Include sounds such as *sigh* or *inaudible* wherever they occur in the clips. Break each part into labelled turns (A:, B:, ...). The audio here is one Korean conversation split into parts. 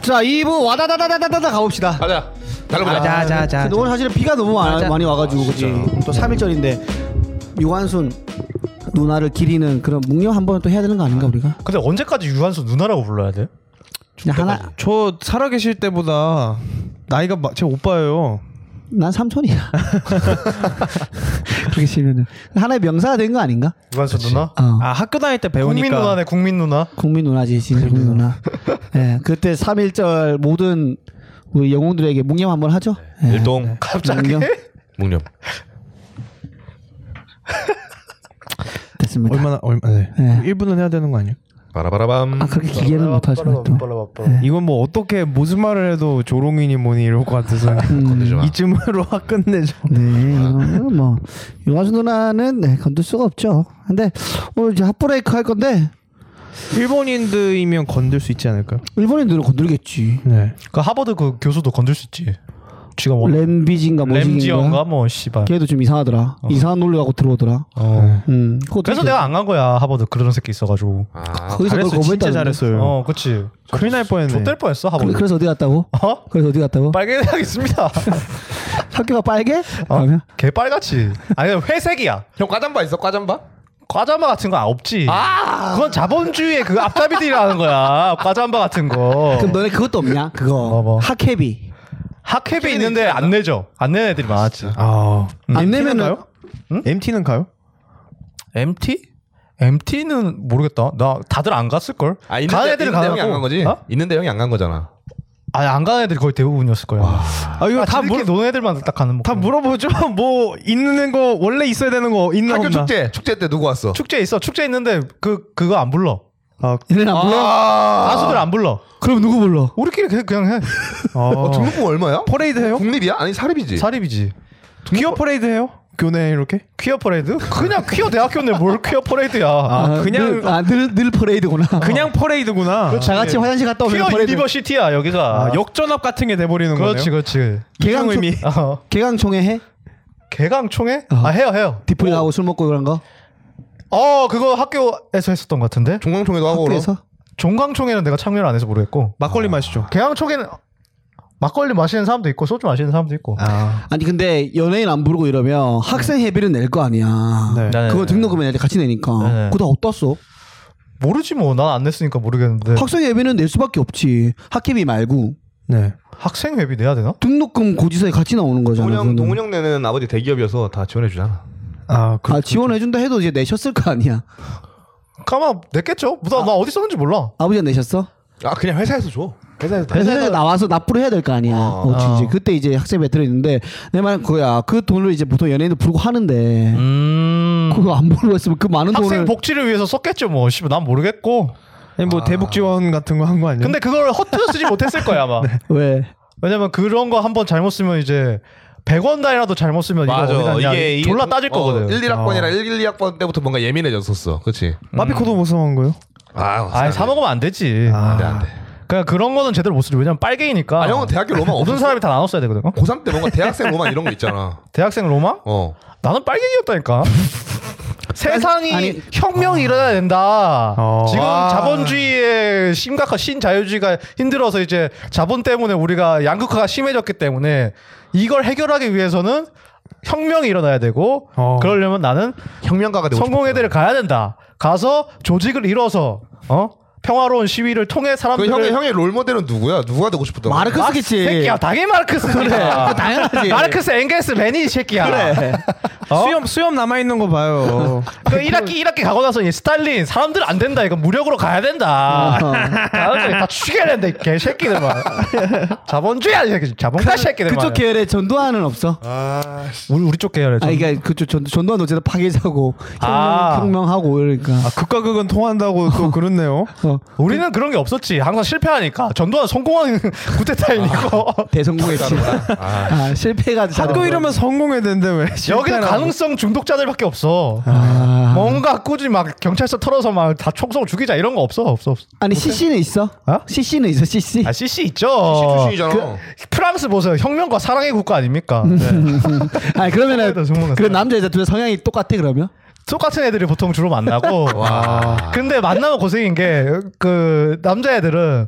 A: 자 2부 와다다다다다다 가봅시다.
B: 아,
C: 가자. 달려보자.
D: 아, 가자. 자, 자, 자.
A: 근데 오늘 사실은 비가 너무 와-
D: 자.
A: 많이 와가지고 그치. 또 3일절인데 유관순 누나를 기리는 그런 묵념 한 번 또 해야 되는 거 아닌가 우리가?
E: 근데 언제까지 유한수 누나라고 불러야 돼?
A: 그냥 하나
B: 저 살아계실 때보다 나이가 마- 제 오빠예요.
A: 난
B: *laughs*
A: 삼촌이야. 그렇게 치면은 하나의 명사가 된 거 아닌가?
E: 유한수 누나?
A: 어.
B: 아 학교 다닐 때 배우니까
E: 국민 누나네 국민 누나.
A: 국민 누나지 진짜 국민 누나. 예, 그때 3일절 모든 우리 영웅들에게 묵념 한번 하죠. 예.
C: 일동
A: 갑자기
C: 묵념.
A: 됐습니다.
B: 얼마나 얼마 네.
A: 네.
B: 1분은 해야 되는 거 아니에요?
C: 바라바라밤.
A: 아 그렇게
E: 음.
A: 기계는 못하지만 또.
E: 네.
D: 네.
B: 이건 뭐 어떻게 무슨 말을 해도 조롱이니 뭐니 이럴 것
D: 음.
B: 같아서
C: 건드지 마.
B: 이쯤으로 확 끝내죠.
A: 네, 어, 뭐 유아수 누나는 네, 건들 수가 없죠. 근데 오늘 이제 핫브레이크 할 건데
B: 일본인들이면 건들 수 있지 않을까요?
A: 일본인들은 건들겠지.
B: 네.
E: 그 하버드 그 교수도 건들 수 있지. 지가
B: 어.
E: 뭐
A: 램비진가 뭐지인가?
E: 램지언가 뭐 씨발.
A: 걔도 좀 이상하더라.
B: 어.
A: 이상한 논리 갖고 들어오더라.
E: 어.
A: 음, 그거
E: 그래서
A: 어떻게
E: 내가 안 간 거야 하버드 그런 새끼 있어가지고.
C: 아,
A: 거기서 그걸
B: 잘했어요. 진짜
A: 거부했다는데.
B: 잘했어요.
E: 어, 그렇지.
B: 큰일 날 뻔했네.
E: 좆될 뻔했어
A: 그-
E: 하버드.
A: 그래서 어디 갔다고?
E: 어?
A: 그래서 어디 갔다고?
E: 빨개 *laughs* 하겠습니다.
A: 학교가
B: 어?
A: 빨개? 그러면
E: 아, 개 빨갛지. 아니 회색이야.
C: 형 과잠바 있어? 과잠바?
E: 과자마 같은 건 없지.
C: 아.
E: 그건 자본주의의 그 앞잡이들이라는 거야. 과자마 같은 거.
A: 그럼 뭐- 너네 그것도 없냐? 그거
B: 어,
E: 뭐, 뭐.
A: 학회비
E: 학회비 있는데 안 내죠. 안 내는 애들이 많았지. 음.
B: 아
A: 안
B: MT는
A: 내면은
B: 가요? MT는 가요?
E: MT? MT는 모르겠다. 나 다들 안 갔을 걸.
C: 아 있는데
E: 가는 애들은
C: 있는데 형이
E: 가고.
C: 안간 거지?
E: 어?
C: 있는데 형이 안 간 거잖아.
E: 아니 안 가는 애들이 거의 대부분이었을 거야.
B: 아 이거 다
E: 다
B: 물,
E: 물게 노는 애들만 딱 가는
B: 다 물어보죠. *laughs* 뭐 있는 거 원래 있어야 되는 거 있나
C: 학교
B: 없나?
C: 축제 축제 때 누구 왔어?
E: 축제 있어. 축제 있는데 그 그거 안 불러.
B: 아,
A: 얘네 안 불러?
C: 아.
E: 가수들 안 불러.
A: 그럼 누구 불러?
E: 우리끼리 그냥, 그냥 해.
B: 아.
C: 어, 등록금 얼마야?
B: 퍼레이드 해요?
C: 국립이야? 아니 사립이지.
E: 사립이지.
B: 퀴어 퍼레이드 해요? 교내 이렇게?
E: 퀴어 퍼레이드? 그냥 퀴어 대학교인데 뭘 퀴어 퍼레이드야.
B: 아, 그냥-
A: 늘, 아, 늘, 늘 퍼레이드구나.
B: 그냥 네. 퍼레이드구나.
A: 아. 다 같이 화장실 갔다 오면
E: 퀴어
A: 퍼레이드.
E: 유니버시티야 여기가.
B: 아, 역전압 같은 게 돼버리는
E: 그렇지
B: 거네요.
E: 그렇지.
A: 개강
B: 이중 의미.
E: 어.
A: 개강총회 해?
E: 개강총회? 아 해요 해요.
A: 디프리 가고 술 먹고 그런 거?
E: 어 그거 학교에서 했었던 것 같은데.
C: 종강총회도 하고 그럼.
A: 학교에서?
E: 종강총회는 내가 참여를 안 해서 모르겠고.
B: 막걸리 마시죠.
E: 개항초에는 막걸리 마시는 사람도 있고 소주 마시는 사람도 있고.
B: 아,
A: 아니 근데 연예인 안 부르고 이러면 학생 회비는 낼 거 아니야.
B: 네.
E: 네.
A: 그거 등록금에 내 같이 내니까.
E: 네.
A: 그거 다 어디다 써?
E: 모르지 뭐. 난 안 냈으니까 모르겠는데.
A: 학생 회비는 낼 수밖에 없지. 학회비 말고
B: 네.
E: 학... 생 회비 내야 되나?
A: 등록금 고지서에 같이 나오는 거잖아. 그거는.
C: 동훈형 동훈형 내는 아버지 대기업이어서 다 지원해 주잖아.
B: 아, 그,
A: 아 지원해준다 해도 이제 내셨을 거 아니야. *laughs*
E: 가만 냈겠죠. 나,
B: 아.
E: 나 어디 썼는지 몰라.
A: 아버지가 내셨어?
C: 아 그냥 회사에서 줘. 회사에서 다.
A: 회사에 나와서 납부를 해야 될 거 아니야.
C: 어.
A: 어, 이제 그때 이제 학생회 들어있는데 내 말은 그거야. 그 돈을 이제 보통 연예인들 부르고 하는데
E: 음.
A: 그거 안 부르고 했으면 그 많은
E: 학생
A: 돈을
E: 복지를 위해서 썼겠죠 뭐. 씨발 난 모르겠고.
B: 아니, 뭐 대북 지원 같은 거 한 거 아니에요?
E: 근데 그걸 허투루 쓰지 못했을 거야 아마.
A: 왜?
E: 왜냐면 그런 거 한번 잘못 쓰면 이제 100원 단위라도 잘못 쓰면 이거 어디 갔냐 졸라 따질 거거든. 어.
C: 1, 1학번이랑 1, 1, 2학번 때부터 뭔가 예민해졌었어. 그렇지?
B: 마피코도 못 사온 거예요? 아.
C: 아,
E: 아니 사 먹으면 안 되지. 그러니까
C: 안 돼, 안 돼.
E: 그냥 그런 거는 제대로 못 쓰지. 왜냐면 빨갱이니까.
C: 아, 형은 대학교 로망
E: 모든
C: 없는
E: 사람이 다 나눴어야 되거든. 어?
C: 고3 때 뭔가 대학생 로망 이런 거 있잖아.
E: 대학생 로망?
C: 어.
E: 나는 빨갱이였다니까. 세상이
A: 아니-
E: 혁명이 일어나야 된다.
B: 어.
E: 지금
B: 아.
E: 자본주의의 심각한 신자유주의가 힘들어서 이제 자본 때문에 우리가 양극화가 심해졌기 때문에 이걸 해결하기 위해서는 혁명이 일어나야 되고
B: 어.
E: 그러려면 나는
C: 혁명가가 되고
E: 성공의 대를 가야 된다. 가서 조직을 이뤄서 어? 평화로운 시위를 통해
C: 그
E: 사람들을
C: 형의 형의 롤모델은 누구야? 누가 되고 싶었던 거야?
A: 마르크스겠지. 아,
E: 새끼야 당연히 마르크스야.
A: 당연하지. 아,
E: 마르크스 엥겔스 레닌 이 새끼야.
A: 그래.
B: 수염 수염 남아 있는 거 봐요.
E: 그 1학기 1학기 가고 나서 이 스탈린 사람들 안 된다 이거 무력으로 가야 된다 사람들 다 죽여야 된다 이 개새끼들 말 자본주의야 이 새끼 자본가 새끼들
A: 그쪽
E: 말
A: 계열에 전두환은 없어.
E: 아, 우리 우리 쪽 계열에
A: 아, 그러니까 그쪽 전, 전두환 어쨌든 파괴자고
E: 아.
A: 혁명, 하고 이러니까.
B: 아, 극과 극은 통한다고 또 그렇네요.
A: 어,
E: 우리는 그런 게 없었지 항상 실패하니까 전두환 성공한 *laughs* 구테타이니까
A: 대성공했지. 아, 실패가
B: 학교 이러면 성공해야 되는데 왜?
E: 여기는
B: 실패라고.
E: 가능성 중독자들밖에 없어
A: 아.
E: 뭔가 꾸준히 막 경찰서 털어서 막 다 총성 죽이자 이런 거 없어 없어 없어
A: 아니 CC는 있어?
E: 어?
A: CC는 있어 CC.
E: 아 CC 있죠 그
C: 시중이잖아.
E: 프랑스 보세요 혁명과 사랑의 국가 아닙니까
A: *laughs* 네. 아니 그러면은
E: 성공했다, 성공했다.
A: 그 남자 여자 둘의 성향이 똑같아 그러면?
E: 똑같은 애들이 보통 주로
C: 아,
E: 만나고
C: 와.
E: 근데 만나면 고생인 게 그 남자애들은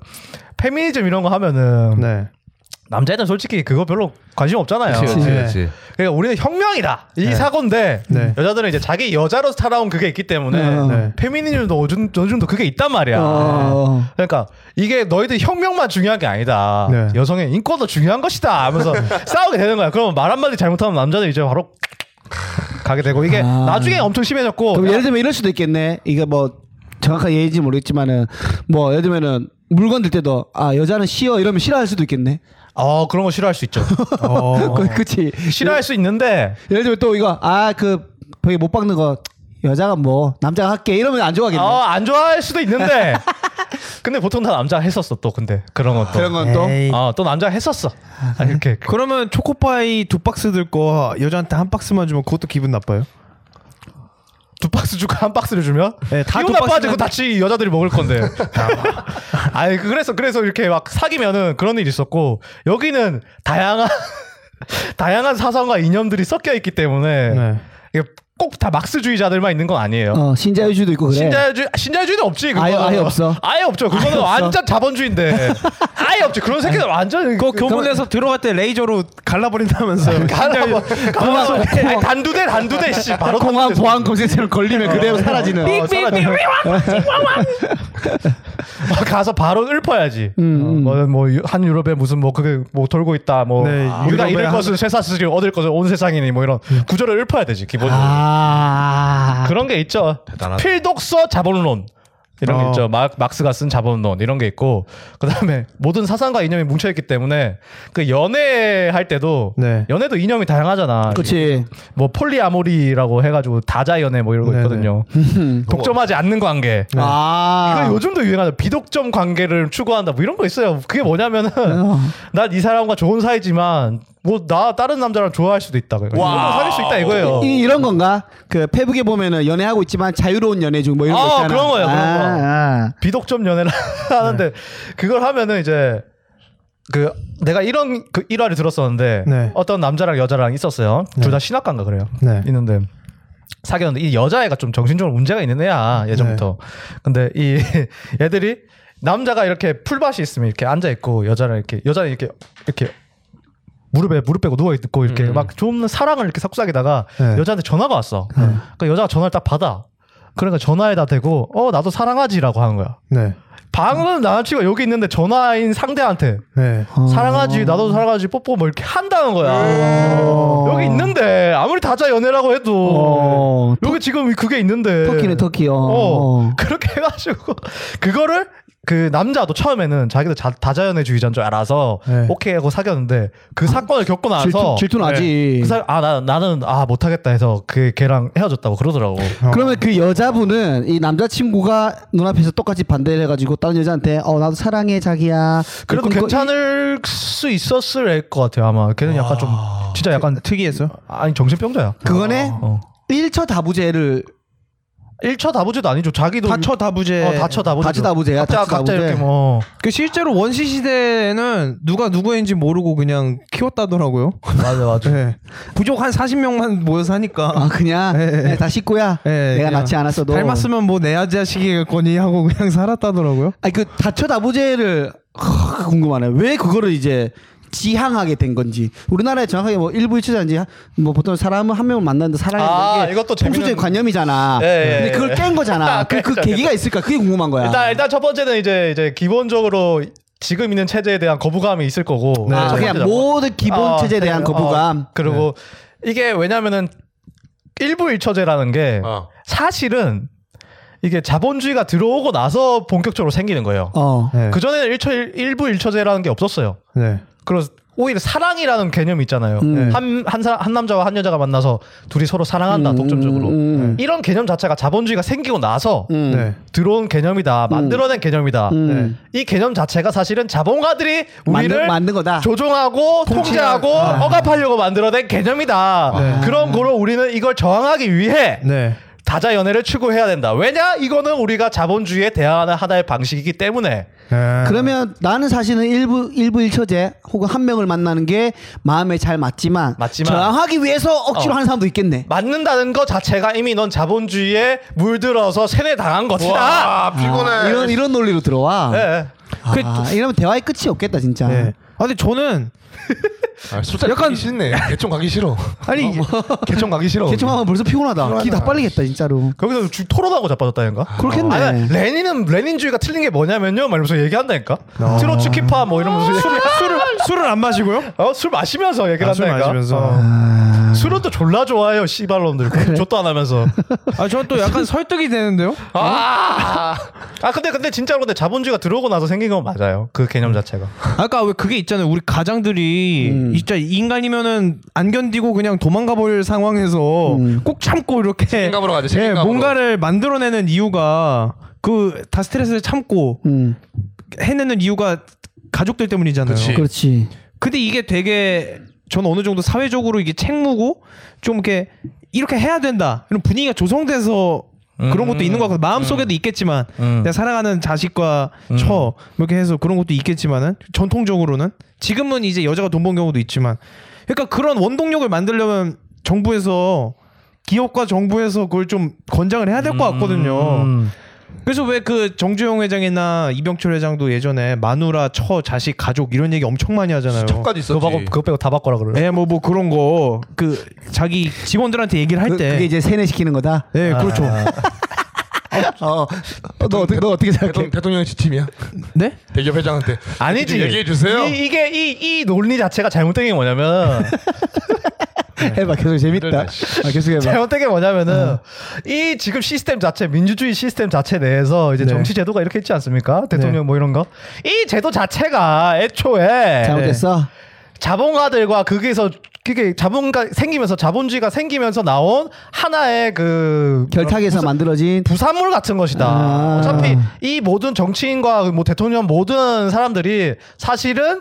E: 페미니즘 이런 거 하면은
B: 네.
E: 남자애들 솔직히 그거 별로 관심 없잖아요.
B: 그치, 그치.
E: 그러니까 우리는 혁명이다 이 사고인데
B: 네.
E: 여자들은 이제 자기 여자로 살아온 그게 있기 때문에
A: 네.
B: 네.
E: 페미니즘도 어준- 어준도 그게 있단 말이야.
A: 어.
E: 그러니까 이게 너희들 혁명만 중요한 게 아니다.
B: 네.
E: 여성의 인권도 중요한 것이다 하면서 싸우게 되는 거야. 그럼 말 한마디 잘못하면 남자들 이제 바로 가게 되고 이게
A: 아.
E: 나중에 엄청 심해졌고
A: 그럼 예를 들면 이럴 수도 있겠네. 이게 뭐 정확한 예인지 모르겠지만은 뭐 예를 들면은 물건 들 때도 아 여자는 싫어 이러면 싫어할 수도 있겠네.
E: 어 그런 거 싫어할 수 있죠.
A: *laughs*
B: 어.
A: 그, 그치.
E: 싫어할 수 있는데
A: 예를 들면 또 이거 아 그 벽에 못 박는 거 여자가 뭐 남자가 할게 이러면 안 좋아하겠네.
E: 어 안 좋아할 수도 있는데
B: *laughs*
E: 근데 보통 다 남자 했었어 또 근데 그런
A: 그런
E: 것도
A: 건 또.
C: 네.
B: 에이.
E: 어또 남자 했었어 아, 이렇게
B: 그러면 초코파이 두 박스 들 거 여자한테 한 박스만 주면 그것도 기분 나빠요?
E: 두 박스 주고 한 박스를 주면
B: 네, 다두
E: 기분 나빠지고
B: 박스면-
E: 다치 여자들이
B: *laughs*
E: 먹을 건데. 아니 그- 그래서 그래서 이렇게 막 사귀면은 그런 일이 있었고 여기는 다양한 *laughs* 다양한 사상과 이념들이 섞여 있기 때문에
B: 네.
E: 이게 꼭 다 막스주의자들만 있는 건 아니에요.
A: 어 신자유주의도 있고 그래.
E: 신자유주의 신자유주의는 없지 그거
A: 아예- 아예 없어.
E: 아예 없죠. 그거는
A: 아예 없어.
E: 완전 자본주의인데 아예 없지. 그런 새끼들 완전
B: 그거 교문에서 들어갈 때 레이저로
E: *laughs*
B: 갈라버린다면서요.
E: 뭐 가만
A: 공항- 공항-
E: 단두대 단두대 씨 바로
A: 공항
E: 단두대.
A: 보안 검색처럼 걸리면 그대로 사라지는.
E: 어, 사라져. 어, 가서 바로 읊어야지.
A: 음,
E: 뭐, 뭐, 유- 한 유럽에 무슨 뭐 그게 뭐 돌고 있다. 뭐
B: 네,
E: 우리가
B: 유럽의
E: 잃을
B: 한-
E: 것은 세사스리 얻을 것은 온 세상이니 뭐 이런
A: 음.
E: 구절을 읊어야 되지 기본적으로.
A: 아.
E: 그런 게 있죠.
C: 대단하다.
E: 필독서 자본론. 이런 게
B: 어.
E: 있죠. 막, 막스가 쓴 자본론 이런 게 있고 그다음에 모든 사상과 이념이 뭉쳐 있기 때문에 그 연애할 때도
B: 네.
E: 연애도 이념이 다양하잖아.
A: 그렇지.
E: 뭐 폴리아모리라고 해 가지고 다자 연애 뭐 이런 거
B: 네네.
E: 있거든요. 독점하지 않는 관계.
A: 아.
E: 네. 이거 요즘도 유행하죠. 비독점 관계를 추구한다. 뭐 이런 거 있어요. 그게 뭐냐면은 *laughs* 난 이 사람과 좋은 사이지만 뭐 나 다른 남자랑 좋아할 수도 있다. 그러니까
C: 와우.
E: 이거는 사귈 수 있다 이거예요.
A: 이, 이런 건가? 그 페북에 보면은 연애하고 있지만 자유로운 연애 중 뭐 이런
E: 아,
A: 거 있잖아.
E: 그런 거예요, 그런
A: 아,
E: 거.
A: 아.
E: 비독점 연애를 *laughs*
B: 네.
E: 하는데 그걸 하면은 이제 그 내가 이런 그 일화를 들었었는데
B: 네.
E: 어떤 남자랑 여자랑 있었어요. 둘 다 신학과인가 그래요.
B: 네.
E: 있는데 사귀었는데 이 여자애가 좀 정신적으로 문제가 있는 애야 예전부터.
B: 네.
E: 근데 이 *laughs* 애들이 남자가 이렇게 풀밭이 있으면 이렇게 앉아 있고 여자는 이렇게 여자는 이렇게 이렇게 무릎에 무릎 빼고 누워 있고 이렇게 막 좀 사랑을 이렇게 속삭이다가
B: 음. 네.
E: 여자한테 전화가 왔어. 그 여자가 전화를 딱 받아. 그러니까 전화에다 대고 어 나도 사랑하지라고 하는 거야.
B: 네.
E: 방은 남자친구가 여기 있는데 전화인 상대한테
B: 네.
A: 어.
E: 사랑하지 나도 사랑하지 뽀뽀 뭐 이렇게 한다는 거야 여기 있는데 아무리 다자 연애라고 해도
A: 네. 어.
E: 여기 지금 그게 있는데
A: 터키네 터키. 어.
E: 어, 그렇게 해가지고 그거를 그 남자도 처음에는 자기도 자- 다자연애주의자인 줄 알아서
B: 네.
E: 오케이 하고 사귀었는데 그 사건을 겪고 나서
A: 아, 질투- 질투 나지.
E: 네. 그 사람 아나 나는 아 못하겠다 해서 그 걔랑 헤어졌다고 그러더라고
A: 그러면 그 여자분은 이 남자친구가 눈앞에서 똑같이 반대를 해가지고 다른 여자한테 어 나도 사랑해 자기야. 그러니까
E: 그래도
A: 이거-
E: 괜찮을 수 있었을 애일 것 같아요 아마 걔는 약간 좀 진짜 약간
B: 특이했어요?
E: 아니 정신병자야
A: 그 그거네
E: 어.
A: 일처 다부제를
E: 1차 다부제도 아니죠. 자기도
B: 다처 다부제.
E: 어, 다쳐 다부제.
A: 다치 다부제야,
E: 각자
A: 다치
E: 각자
A: 다부제.
E: 이렇게 뭐 *laughs*
B: 그 실제로 원시 시대에는 누가 누구인지 모르고 그냥 키웠다더라고요. *laughs*
E: 맞아 맞아.
B: 네. 부족 한 40명만 모여서 하니까
A: 아 그냥
B: 예, 예.
A: 네, 다 식구야.
B: 예,
A: 내가
B: 그냥
A: 낳지 않았어도.
B: 닮았으면 뭐 내 아자식이겠거니 하고 그냥 살았다더라고요.
A: 아니 그 다처 다부제를 하, 궁금하네. 왜 그거를 이제 지향하게 된 건지 우리나라에 정확하게 뭐 일부 일치자인지 뭐 보통 사람은 한 명을 만나는데 사랑하는
E: 아,
A: 게
E: 이것도 재밌는-
A: 풍수적인 관념이잖아.
E: 예, 예,
A: 근데 그걸
E: 예.
A: 깬
E: *laughs*
A: 거잖아. 그, 그 계기가 있을까? 그게 궁금한 거야. 아,
E: 일단 일단 첫 번째는 이제 이제 기본적으로 지금 있는 체제에 대한 거부감이 있을 거고.
A: 아,
E: 첫
A: 그냥
E: 번째죠.
A: 모든 기본
E: 네, 아,
A: 체제에 대한
E: 네.
A: 거부감. 네.
E: 어, 그리고 이게 왜냐면은 일부일처제라는 게
C: 어.
E: 사실은 이게 자본주의가 들어오고 나서 본격적으로 생기는 거예요.
A: 어.
B: 네.
E: 그 전에는 일처 일부 일처제라는 게 없었어요.
B: 네.
E: 그래서 오히려 사랑이라는 개념이 있잖아요. 네.
A: 음.
E: 한, 한, 사람, 한 남자와 한 여자가 만나서 둘이 서로 사랑한다, 독점적으로. 네.
A: 음,
E: 이런 개념 자체가 자본주의가 생기고 나서
A: 음.
B: 네.
E: 들어온 개념이다, 만들어낸 개념이다.
A: 음.
E: 이 개념 자체가 사실은 자본가들이
A: 만든,
E: 우리를
A: 만든 거다. 아.
E: 조종하고 통제하고 억압하려고 만들어낸 개념이다. 네. 그런 거로 우리는 이걸 저항하기 위해
B: 네.
E: 다자 연애를 추구해야 된다. 왜냐? 이거는 우리가 자본주의에 대항하는 하나의 방식이기 때문에.
B: 네.
A: 그러면 나는 사실은 일부 일부 일처제 혹은 한 명을 만나는 게 마음에 잘 맞지만,
E: 맞지만.
A: 저항하기 위해서 억지로
E: 어.
A: 하는 사람도 있겠네.
E: 맞는다는 것 자체가 이미 넌 자본주의에 물들어서 세뇌당한 것이다.
A: 아,
C: 와 피곤해.
A: 이런 이런 논리로 들어와.
E: 예.
B: 그-
A: 아, 이러면 대화의 끝이 없겠다 진짜.
B: 네. 아 근데 저는
C: 아, 술자리
B: 약간-
C: 약간 싫네. 개총 가기 싫어.
B: 아니
C: 개총 가기 싫어.
A: 개청하면 벌써 피곤하다. 기 다 빨리겠다 진짜로.
E: 거기서 주, 토론하고 자빠졌다니까.
A: 그렇겠네.
E: 아니 레닌은 레닌주의가 틀린 게 뭐냐면요, 막 이러면서 얘기한다니까.
A: 아.
E: 트로츠키파 뭐 이러면서 술,
B: 술을 술을 안 마시고요?
E: 어, 술 마시면서 얘기를
B: 아, 술
E: 한다니까.
B: 마시면서.
A: 아.
E: 어. 술은 또 졸라 좋아해요, 씨발놈들. 좆도 안 하면서.
B: 아 저는 또 약간 설득이 되는데요?
E: 아, 아 근데 근데 진짜로 근데 자본주의가 들어오고 나서 생긴 건 맞아요. 그 개념 자체가.
B: 아까 왜 그게 있잖아요. 우리 가장들이
A: 음.
B: 진짜 인간이면은 안 견디고 그냥 도망가 볼 상황에서
A: 음.
B: 꼭 참고 이렇게
C: 책임감으로 가죠,
B: 예,
C: 책임감으로.
B: 뭔가를 만들어내는 이유가 그 다 스트레스를 참고
A: 음,
B: 해내는 이유가 가족들 때문이잖아요.
C: 그치.
A: 그렇지.
B: 근데 이게 되게 전 어느 정도 사회적으로 이게 책무고 좀 이렇게 이렇게 해야 된다 이런 분위기가 조성돼서 그런 것도 있는 것 같고 마음 속에도 있겠지만
E: 음.
B: 내가 사랑하는 자식과
A: 음.
B: 처 이렇게 해서 그런 것도 있겠지만은 전통적으로는 지금은 이제 여자가 돈 번 경우도 있지만 그러니까 그런 원동력을 만들려면 정부에서 기업과 정부에서 그걸 좀 권장을 해야 될 것 같거든요.
E: 음.
B: 그래서 왜 그 정주영 회장이나 이병철 회장도 예전에 마누라, 처, 자식, 가족 이런 얘기 엄청 많이 하잖아요.
C: 척까지
E: 그거
C: 있었지.
E: 빼고 그거 빼고 다 바꿔라 그래.
B: 예, 뭐, 뭐 그런 거, 그, 자기 직원들한테 얘기를 할
A: 그,
B: 때.
A: 그게 이제 세뇌시키는 거다. 아.
B: 예, 그렇죠.
A: 어, 너 어떻게 너 어떻게 생각해?
C: 대통령, 대통령 지침이야.
B: 네?
C: 대기업 회장한테.
E: 아니지.
C: 얘기해 주세요.
E: 이, 이게 이, 이 논리 자체가 잘못된 게 뭐냐면
A: 해봐 계속 재밌다.
C: 힘들다,
A: 아, 계속 해봐.
E: 잘못된 게 뭐냐면은 이 지금 시스템 자체 민주주의 시스템 자체 내에서 이제
B: 네.
E: 정치 제도가 이렇게 있지 않습니까? 대통령 뭐 이런 거 이 제도 자체가 애초에 네.
A: 잘못했어.
E: 자본가들과 거기서 그게 자본가 생기면서 자본주의가 생기면서 나온 하나의 그
A: 결탁에서 만들어진
E: 부산물 같은 것이다.
A: 아.
E: 어차피 이 모든 정치인과 뭐 대통령 모든 사람들이 사실은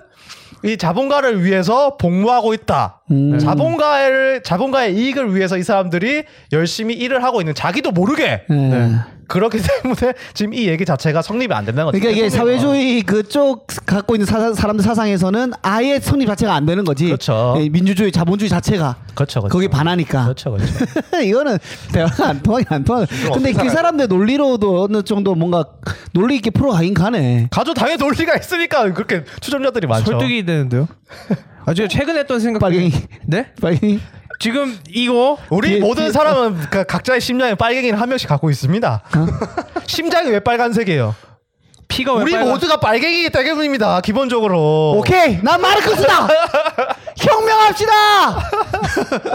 E: 이 자본가를 위해서 복무하고 있다.
A: 음.
E: 자본가를 자본가의 이익을 위해서 이 사람들이 열심히 일을 하고 있는 자기도 모르게
A: 예.
E: 그렇기 때문에 지금 이 얘기 자체가 성립이 안 된다는 거죠.
A: 그러니까 이게 사회주의 그쪽 갖고 있는 사, 사람들 사상에서는 아예 성립 자체가 안 되는 거지.
E: 그렇죠.
A: 예, 민주주의, 자본주의 자체가
E: 그렇죠, 그렇죠.
A: 거기 반하니까.
E: 그렇죠, 그렇죠.
A: *laughs* 이거는 대화가 안 통하긴 안 통하. 근데 그 사람들 논리로도 어느 정도 뭔가 논리 있게 풀어가긴 가네.
E: *laughs* 가족 당의 논리가 있으니까 그렇게 추종자들이 많죠.
B: 설득이 되는데요? 아, 제가 최근에 했던 생각.
A: 빨갱이.
B: 네?
A: 빨리
B: 지금 이거.
E: 우리
A: 뒤에-
E: 모든 사람은 그 각자의 심장에 빨갱이를 한 명씩 갖고 있습니다.
A: 어?
E: *laughs* 심장이 왜 빨간색이에요?
B: 피가 왜
E: 우리
B: 빨간-
E: 모두가 빨갱이기 때문입니다. 기본적으로.
A: 오케이, 난 마르크스다. 혁명합시다. *laughs*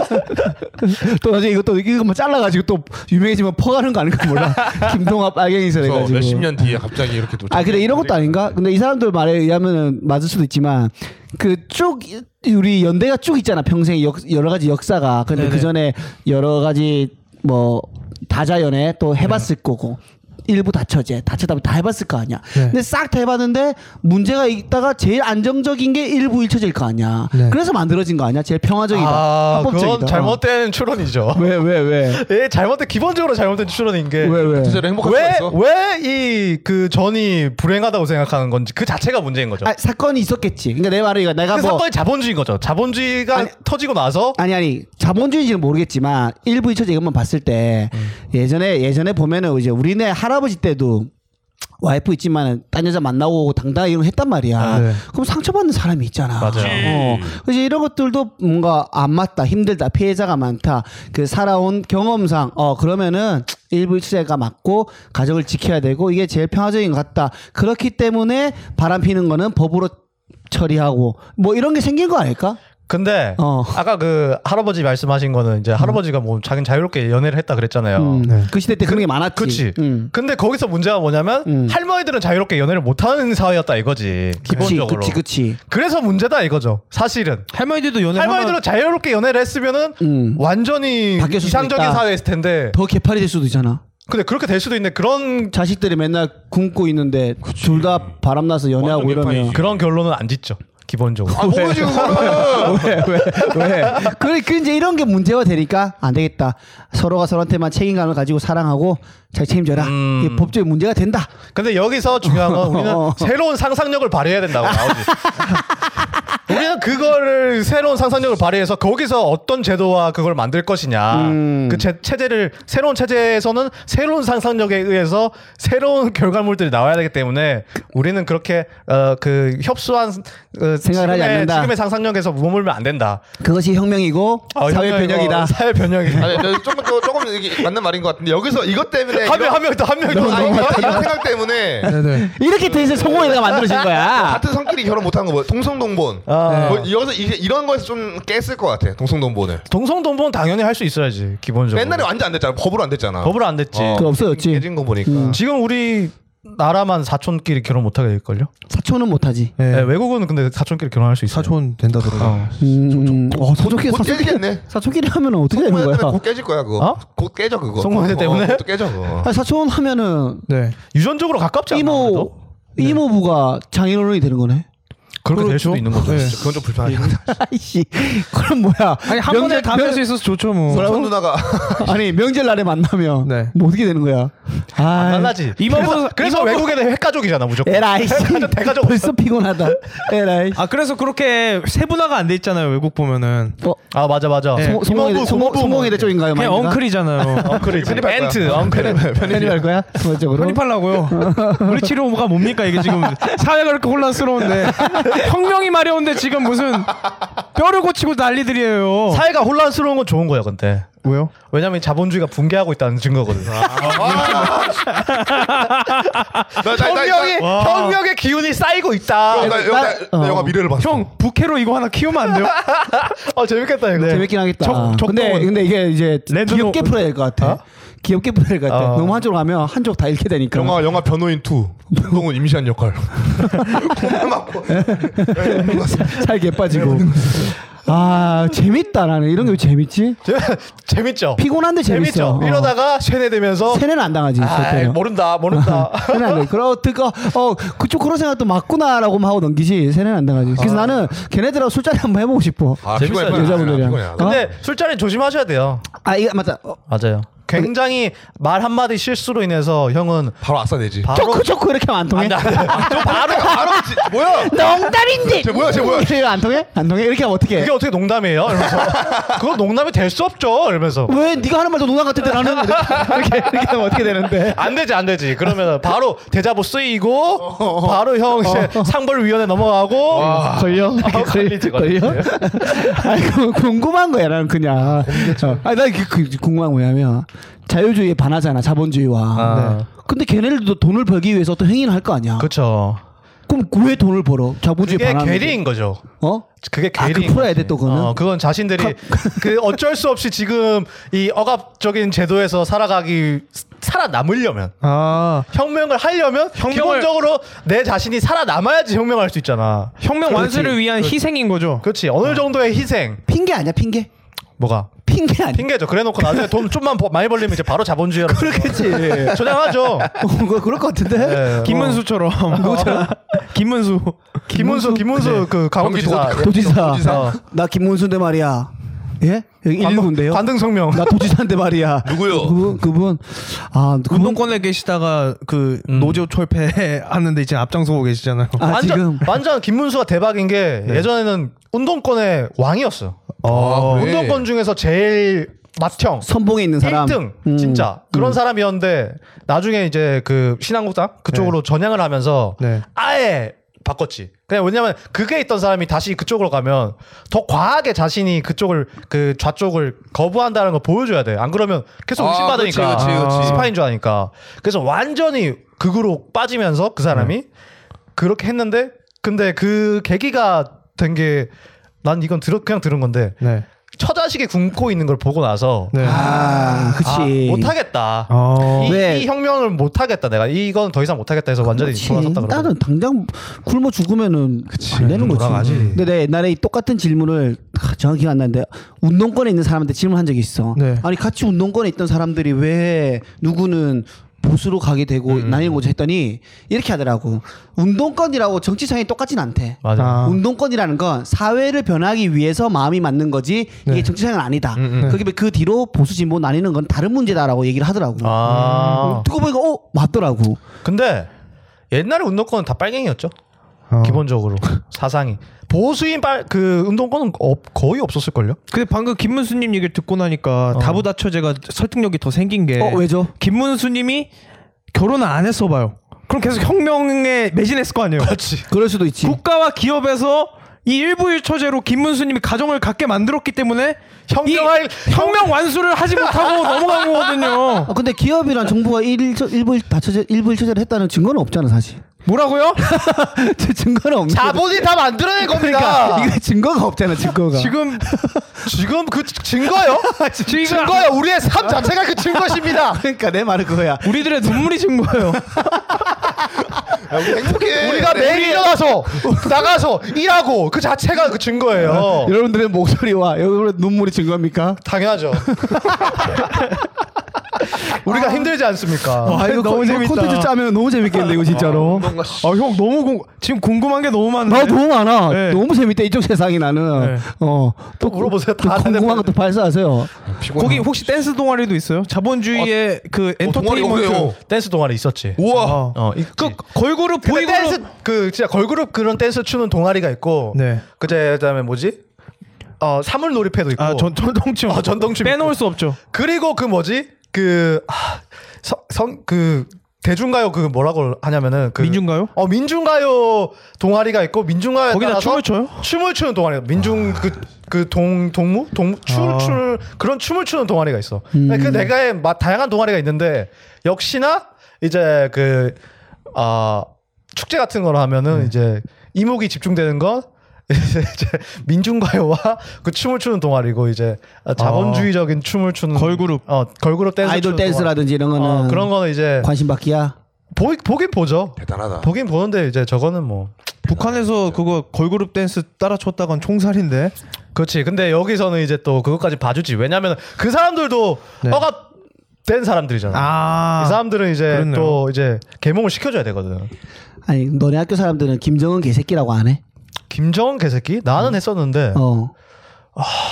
A: 또 나중에 이것도 이거 뭐 잘라가지고 또 유명해지면 퍼가는 거 아닌가 몰라. *laughs* 김동합 빨갱이서
C: 그래서
A: 해가지고.
C: 몇십 년 뒤에 갑자기 이렇게 또.
A: 아, 근데 이런 것도 아닌가? 근데 이 사람들 말에 의하면 맞을 수도 있지만 그 쭉 우리 연대가 쭉 있잖아. 평생 역, 여러 가지 역사가. 근데
B: 네네.
A: 그 전에 여러 가지 뭐 다자연애 또 해봤을 거고. 일부 다처제, 다처답 다 해봤을 거 아니야.
B: 네.
A: 근데 싹 다 해봤는데 문제가 있다가 제일 안정적인 게 일부 일처제일 거 아니야.
B: 네.
A: 그래서 만들어진 거 아니야. 제일 평화적이다.
E: 아,
A: 합법적이다.
E: 그건 잘못된 추론이죠.
A: *laughs* 왜, 왜, 왜?
E: 예, 잘못된 기본적으로 잘못된 추론인 게.
A: 왜, 왜?
C: 진짜로 행복할 수가 있어.
E: 왜왜이 그 전이 불행하다고 생각하는 건지 그 자체가 문제인 거죠.
A: 아, 사건이 있었겠지. 그러니까 내 말은 이거 내가
E: 그
A: 뭐
E: 사건이 자본주의인 거죠. 자본주의가
A: 아니-
E: 터지고 나서
A: 아니 아니 자본주의인지는 모르겠지만 일부 이처제 이것만 봤을 때 예전에 예전에 보면은 이제 우리네 할아버지 때도 와이프 있지만 딴 여자 만나고 당당히 이런 거 했단 말이야.
B: 네.
A: 그럼 상처받는 사람이 있잖아.
E: 맞아요.
A: 어. 그래서 이런 것들도 뭔가 안 맞다, 힘들다, 피해자가 많다. 그 살아온 경험상 어 그러면은 일부 이처제가 맞고 가족을 지켜야 되고 이게 제일 평화적인 것 같다. 그렇기 때문에 바람 피는 거는 법으로 처리하고 뭐 이런 게 생긴 거 아닐까?
E: 근데
A: 어.
E: 아까 그 할아버지 말씀하신 거는 이제 할아버지가 뭐 자기는 자유롭게 연애를 했다 어. 그랬잖아요.
A: 음,
B: 네.
A: 그 시대 때 그런 게 많았지.
E: 그치.
A: 음.
E: 근데 거기서 문제가 뭐냐면
A: 음.
E: 할머니들은 자유롭게 연애를 못하는 사회였다 이거지 기본적으로. 네.
A: 그치, 그치, 그치.
E: 래서 문제다 이거죠. 사실은
B: 할머니들도 연애
E: 할머니들은 자유롭게 연애를 했으면은
A: 음.
E: 완전히
A: 바뀔 수도
E: 이상적인
A: 있다.
E: 사회였을 텐데.
A: 더 개팔이 될 수도 있잖아.
E: 근데 그렇게 될 수도 있는데 그런
A: 자식들이 맨날 굶고 있는데 둘 다 바람 나서 연애하고 *laughs*
C: 완전
A: 이러면
E: 그런 결론은 안 짓죠. 기본적으로.
A: 뭐
E: 네.
C: 아, 모르지 그거는.
A: 왜? 그래, 그 이제 이런 게 문제가 되니까 안 되겠다. 서로가 서로한테만 책임감을 가지고 사랑하고 잘 책임져라.
E: 음.
A: 이게 법적인 문제가 된다.
E: 근데 여기서 중요한 건
A: *laughs*
E: 우리는
A: 어. *laughs*
E: 새로운 상상력을 발휘해야 된다고 나오지. 우리는 그거를 새로운 상상력을 발휘해서 거기서 어떤 제도와 그걸 만들 것이냐.
A: 음.
E: 그 체, 체제를 새로운 체제에서는 새로운 상상력에 의해서 새로운 결과물들이 나와야 되기 때문에 우리는 그렇게 어, 그 협소한 어,
A: 생각을 하지
E: 지금의-
A: 않는다.
E: 지금의 상상력에서 머물면 안 된다.
A: 그것이 혁명이고
E: 어,
A: 사회
E: 혁명이고
A: 변혁이다.
E: 사회 변혁이.
C: 아니, 저 조금 더- 조금 이게 맞는 말인 것 같은데 여기서 이것 때문에
E: 한 명
C: 이런-
E: 한 명 더 한 명
C: 아니,
E: 더.
C: 이런 이런 생각 때문에
E: 음.
B: 네네.
A: 이렇게 돼서 성공회가 만들어진 거야.
C: 같은 성끼리 결혼 못한 거 뭐 동성동본
E: 아.
C: 뭐 여기서 이게 이런 거에서 좀 깼을 것 같아 동성동본을
E: 동성동본 당연히 할 수 있어야지 기본적으로.
C: 옛날에 완전 안 됐잖아 법으로 안 됐잖아
E: 법으로 음, 안 됐지.
C: 어.
A: 그 없어졌지.
C: 깨진 거 보니까
E: 지금 우리 나라만 사촌끼리 결혼 못하게 될걸요?
A: 사촌은 못하지.
B: 네.
E: 네, 외국은 근데 사촌끼리 결혼할 수 있어요.
B: 사촌 된다더라고.
E: 어.
B: 요
A: 음, 어, 사촌끼리
C: 곧
A: 사촌끼리
C: 깨지겠네
A: 사촌끼리 하면 어떻게 되는
C: 성공회 때문에
A: 거야?
C: 곧 깨질 거야 그거
E: 어?
C: 곧 깨져 그거
E: 성공회 때문에?
C: 어, 또 깨져 그거
A: 아, 사촌 하면은
B: 네.
E: 유전적으로 가깝지 않나?
A: 이모
E: 그래도?
A: 이모부가 장인어른이 되는 거네.
E: 그렇게 될 수도
B: 그렇죠.
E: 있는 거죠.
B: 네.
C: 그건 좀 불편하다
A: 아이씨, *laughs* 그럼 뭐야?
B: 아니 한 번에 다 할 수 있어서 좋죠 뭐.
C: 삼촌
E: *laughs*
C: 누나가
A: 아니 명절날에 만나면
B: 네.
A: 뭐 어떻게 되는 거야? 아,
E: 달라지.
B: 이모부-
E: 그래서, 그래서
B: 이모부-
E: 외국에 대해 핵가족이잖아 무조건.
A: 에라이 씨.
E: 핵가족, 대가족.
A: 벌써 피곤하다. 에라이.
B: 아 그래서 그렇게 세분화가 안 돼 있잖아요 외국 보면은.
E: 아 맞아 맞아.
B: 네.
E: 이모부,
A: 어, 소몽이대
E: 고모부 뭐,
A: 소몽이대
E: 네,
A: 쪽인가요?
B: 그냥
A: 마인드가?
B: 엉클이잖아요. 어,
E: 엉클이지.
C: 편입할 거야.
E: 엔트 엉클.
A: 편입할 거야? 소모적으로.
B: 편입하려고요. 우리 치료가 뭡니까 이게 지금 사회가 그렇게 혼란스러운데 혁명이 마려운데 지금 무슨 뼈를 고치고 난리들이에요.
E: 사회가 혼란스러운 건 좋은 거야 근데.
B: 왜요?
E: 왜냐면 자본주의가 붕괴하고 있다는 증거거든.
A: 아,
C: 나- 나- 나- 나-
E: 혁명의
A: 아.
E: 혁명의 기운이 쌓이고 있다.
C: 형, 나 영화 나 영화 미래를 봤어.
B: 형 부캐로 이거 하나 키우면 안 돼요?
E: 어 재밌겠다 이거.
A: 재밌긴 하겠다.
B: 적- 적동은-
A: 근데 근데 이게 이제
B: 랜드
A: 귀엽게
B: 노-
A: 풀어야 될 것 같아. 귀엽게 풀어야 될 것 같아.
E: 어.
A: 너무 한쪽으로 가면 한쪽 다 잃게 되니까.
C: 영화 영화 변호인 2. 운동은 임시한
E: *laughs*
C: 역할. 고만 맞고.
A: *laughs* 살개 빠지고. 아 재밌다 나는 이런 게 왜 재밌지?
E: 재밌죠.
A: 피곤한데 재밌어.
E: 재밌죠.
A: 어.
E: 이러다가 세뇌되면서
A: 세뇌는 안 당하지.
E: 아,
A: 절대로.
E: 모른다
A: *laughs*
E: 모른다.
A: 세뇌 안 돼. 그렇다가 어 그쪽 그런 생각도 맞구나라고 하고 넘기지 세뇌는 안 당하지. 그래서 나는 걔네들하고 술자리 한번 해보고 싶어.
C: 아,
E: 재밌어요,
C: 피곤해,
A: 여자분들이랑.
C: 피곤해, 피곤해.
E: 근데 술자리 조심하셔야 돼요.
A: 아 이거 아? 맞다. 어,
E: 맞아요. 굉장히 말 한마디 실수로 인해서 형은
C: 바로 아싸 내지.
E: 바로
A: 초코 초코 이렇게 하면 안 통해?
E: 안 돼, 아, 안 돼.
A: 네.
C: 저 바로 바로 지-
E: *laughs*
C: 뭐야?
A: 농담인데.
C: 쟤 뭐야, 쟤
A: *laughs*
C: 뭐야?
A: 이거 안 통해? 안 통해? 이렇게 하면 어떻게? 해?
E: 그게 어떻게 농담이에요? 이러면서 그건 농담이 될 수 없죠. 이러면서
A: 왜 네가 하는 말도 농담 같은데 나는 이렇게 이렇게 하면 어떻게 되는데?
E: 안 되지 안 되지. 그러면 바로 대자보 쓰이고 바로 형 이제 상벌위원회 넘어가고 아,
A: 걸려?
E: 걸리지,
A: *laughs*
E: 걸리지.
A: 아니 그 궁금한 거야 나는 그냥 어. 아니 나 그, 그, 궁금한 거 뭐냐면 자유주의에 반하잖아 자본주의와
E: 아.
A: 네. 근데 걔네들도 돈을 벌기 위해서 어떤 행위를 할 거 아니야
E: 그렇죠.
A: 그럼 왜 돈을 벌어 자본주의
E: 그게
A: 반하는
E: 괴리인 거죠.
A: 어?
E: 그게
A: 아,
E: 괴리인
A: 그 풀어야
E: 거지.
A: 돼, 또 그거는?
E: 어,
A: *laughs*
E: 그건 자신들이 그 어쩔 수 없이 지금 이 억압적인 제도에서 살아가기 살아남으려면
B: 아
E: 혁명을 하려면 기본적으로 내 자신이 살아남아야지 혁명할 수 있잖아.
B: 혁명 완수를 위한 희생인 거죠.
E: 그렇지 어느 정도의 희생
A: 핑계 아니야 핑계?
E: 뭐가
A: 핑계 아니야
E: 핑계죠. 그래놓고 나중에 돈 좀만 버- 많이 벌리면 이제 바로 자본주의로
A: 그렇겠지
E: 전향하죠.
A: *laughs* 어, 그거 그럴 것 같은데
E: 네.
B: 김문수처럼 김문수
E: 김문수
B: 네.
E: 김문수 그 강원도지사
A: 도지사,
C: 도지사.
A: 어. 나 김문수인데 말이야 예? 여기
E: 관-
A: 119인데요?
E: 관등 성명.
A: 나 도지사인데 말이야
C: 누구요?
A: 그분 그분 아 그분
B: 운동권에 계시다가 그 노조 철폐 *laughs* 하는데 지금 앞장서고 계시잖아요.
A: 아
E: *laughs* 완전
A: 지금
E: 완전 김문수가 대박인 게 예전에는 운동권의 왕이었어.
C: 아, 그래?
E: 운동권 중에서 제일 맏형
A: 선봉에 있는 사람
E: 1등
A: 음.
E: 진짜 그런 사람이었는데 나중에 이제 그 신한국당 그쪽으로 전향을 하면서
B: 네.
E: 아예 바꿨지. 그냥 왜냐면 그게 있던 사람이 다시 그쪽으로 가면 더 과하게 자신이 그쪽을 그 좌쪽을 거부한다는 걸 보여줘야 돼. 안 그러면 계속
C: 아,
E: 의심받으니까 아.
C: 그치, 그치, 그치.
E: 스파인 줄 아니까. 그래서 완전히 극으로 빠지면서 그 사람이
A: 네.
E: 그렇게 했는데 근데 그 계기가 된 게 난 이건 들어 그냥 들은 건데
B: 네.
E: 처자식이 굶고 있는 걸 보고 나서
B: 네.
A: 아 그치
E: 아, 못하겠다.
B: 어.
E: 이,
A: 왜?
E: 이 혁명을 못하겠다. 내가 이건 더 이상 못하겠다 해서 완전히
A: 그치.
E: 돌아섰다 그러고.
A: 나는 당장 굶어 죽으면은 안 되는 거지.
E: 돌아가지.
A: 근데 내가 옛날에 이 똑같은 질문을 아, 정확히 기억 안 나는데 운동권에 있는 사람한테 질문한 적이 있어.
B: 네.
A: 아니 같이 운동권에 있던 사람들이 왜 누구는 보수로 가게 되고
E: 음.
A: 나뉘는 거지 했더니 이렇게 하더라고. 운동권이라고 정치 상이 똑같진 않대.
E: 맞아.
B: 아.
A: 운동권이라는 건 사회를 변하기 위해서 마음이 맞는 거지
E: 네.
A: 이게 정치 상은 아니다.
E: 음,
A: 그게 그 뒤로 보수 진보 나뉘는 건 다른 문제다라고 얘기를 하더라고.
E: 아.
A: 음. 듣고 보니까 어 맞더라고.
E: 근데 옛날에 운동권은 다 빨갱이였죠.
B: 어.
E: 기본적으로 사상이 보수인 빨 그 운동권은 없- 거의 없었을 걸요.
B: 근데 방금 김문수님 얘기를 듣고 나니까 다부다처제가 설득력이 더 생긴
E: 예.
B: 게
A: 어 왜죠?
B: 김문수님이 결혼을 안 했어 봐요. 그럼 계속 혁명에 매진했을 거 아니에요.
E: 맞지.
A: 그럴 수도 있지.
B: 국가와 기업에서 이 일부일처제로 김문수님이 가정을 갖게 만들었기 때문에
E: 혁명할-
B: 이 혁명 완수를 하지 *laughs* 못하고 넘어간 거거든요.
A: 아, 근데 기업이란 정부가 일부 일부 다처제 일부 일처제를 했다는 증거는 없잖아 사실. *laughs*
B: 뭐라고요?
A: 저 증거는 없는.
E: 자본이 다 만들어낸 겁니다.
A: 그러니까 *laughs* 이게 증거가 없잖아 증거가.
B: 지금
E: 지금 그 증거요?
B: 지금
E: 증거요. 우리의 삶 자체가 그 증거십니다.
A: 그러니까 내 말은 그거야.
B: 우리들의 눈물이 진 거예요.
C: 야, 우리 행복해.
E: 우리가 매일 일어나서 나가서 일하고 그 자체가 그 증거예요.
A: *laughs* 여러분들의 목소리와 여러분의 눈물이 증거입니까?
B: *laughs*
E: 당연하죠. 우리가
B: 아.
E: 힘들지 않습니까?
A: 아 이거 너무
B: 너무
A: 이거
B: 재밌다.
A: 콘텐츠 짜면 너무 재밌겠는데 이거 진짜로.
B: 아 형 너무 궁, 지금 궁금한 게 너무 많은데.
A: 나 너무 많아.
B: 네.
A: 너무 재밌다 이쪽 세상이 나는.
B: 네.
A: 어또
E: 물어보세요. 다 하는데
A: 궁금한 것도 발사하세요.
C: 피곤해.
B: 거기 혹시 댄스 동아리도 있어요? 자본주의의 그
C: 동아리
B: 엔터테인먼트.
C: 오세요.
E: 뭐 댄스 동아리 있었지.
C: 우와.
B: 어.
E: 어, 있지.
B: 그 걸그룹
E: 근데
B: 보이그룹
E: 댄스 그 진짜 걸그룹 그런 댄스 추는 동아리가 있고
B: 네.
E: 그제 그다음에 뭐지? 어 사물 놀이패도 있고
B: 아 전, 전통춤
E: 아, 전통춤
B: 빼놓을 수 없죠
E: 그리고 그 뭐지 그성그 대중가요 그 뭐라고 하냐면은 그
B: 민중가요?
E: 어 민중가요 동아리가 있고 민중가요
B: 거기다 춤을 춰요?
E: 춤을 추는 동아리가 민중 그 그 동 동무 동춤
B: 아.
E: 추는 그런 춤을 추는 동아리가 있어. 그 내가의 마- 다양한 동아리가 있는데 역시나 이제 그 아, 축제 같은 걸
B: 음.
E: 하면은 이제 이목이 집중되는 건 *laughs* 이제 민중가요와 그 춤을 추는 동아리고 이제 자본주의적인 춤을 추는
B: 음. 걸그룹.
E: 어 걸그룹 댄스
A: 아이돌
E: 추는 동아리.
A: 댄스라든지 이런 거는
E: 어, 그런 거는 이제
A: 관심 받기야.
E: 보, 보긴 보죠.
C: 대단하다.
E: 보긴 보는데 이제 저거는 뭐
B: 북한에서 그거 걸그룹 댄스 따라 췄다간 총살인데
E: 그렇지. 근데 여기서는 이제 또 그것까지 봐주지. 왜냐면 그 사람들도
B: 네.
E: 억압된 사람들이잖아.
B: 아
E: 이 사람들은 이제
B: 그렇네요.
E: 또 이제 계몽을 시켜줘야 되거든.
A: 아니 너네 학교 사람들은 김정은 개새끼라고 안 해?
E: 김정은 개새끼?
B: 음.
E: 나는 했었는데
A: 어.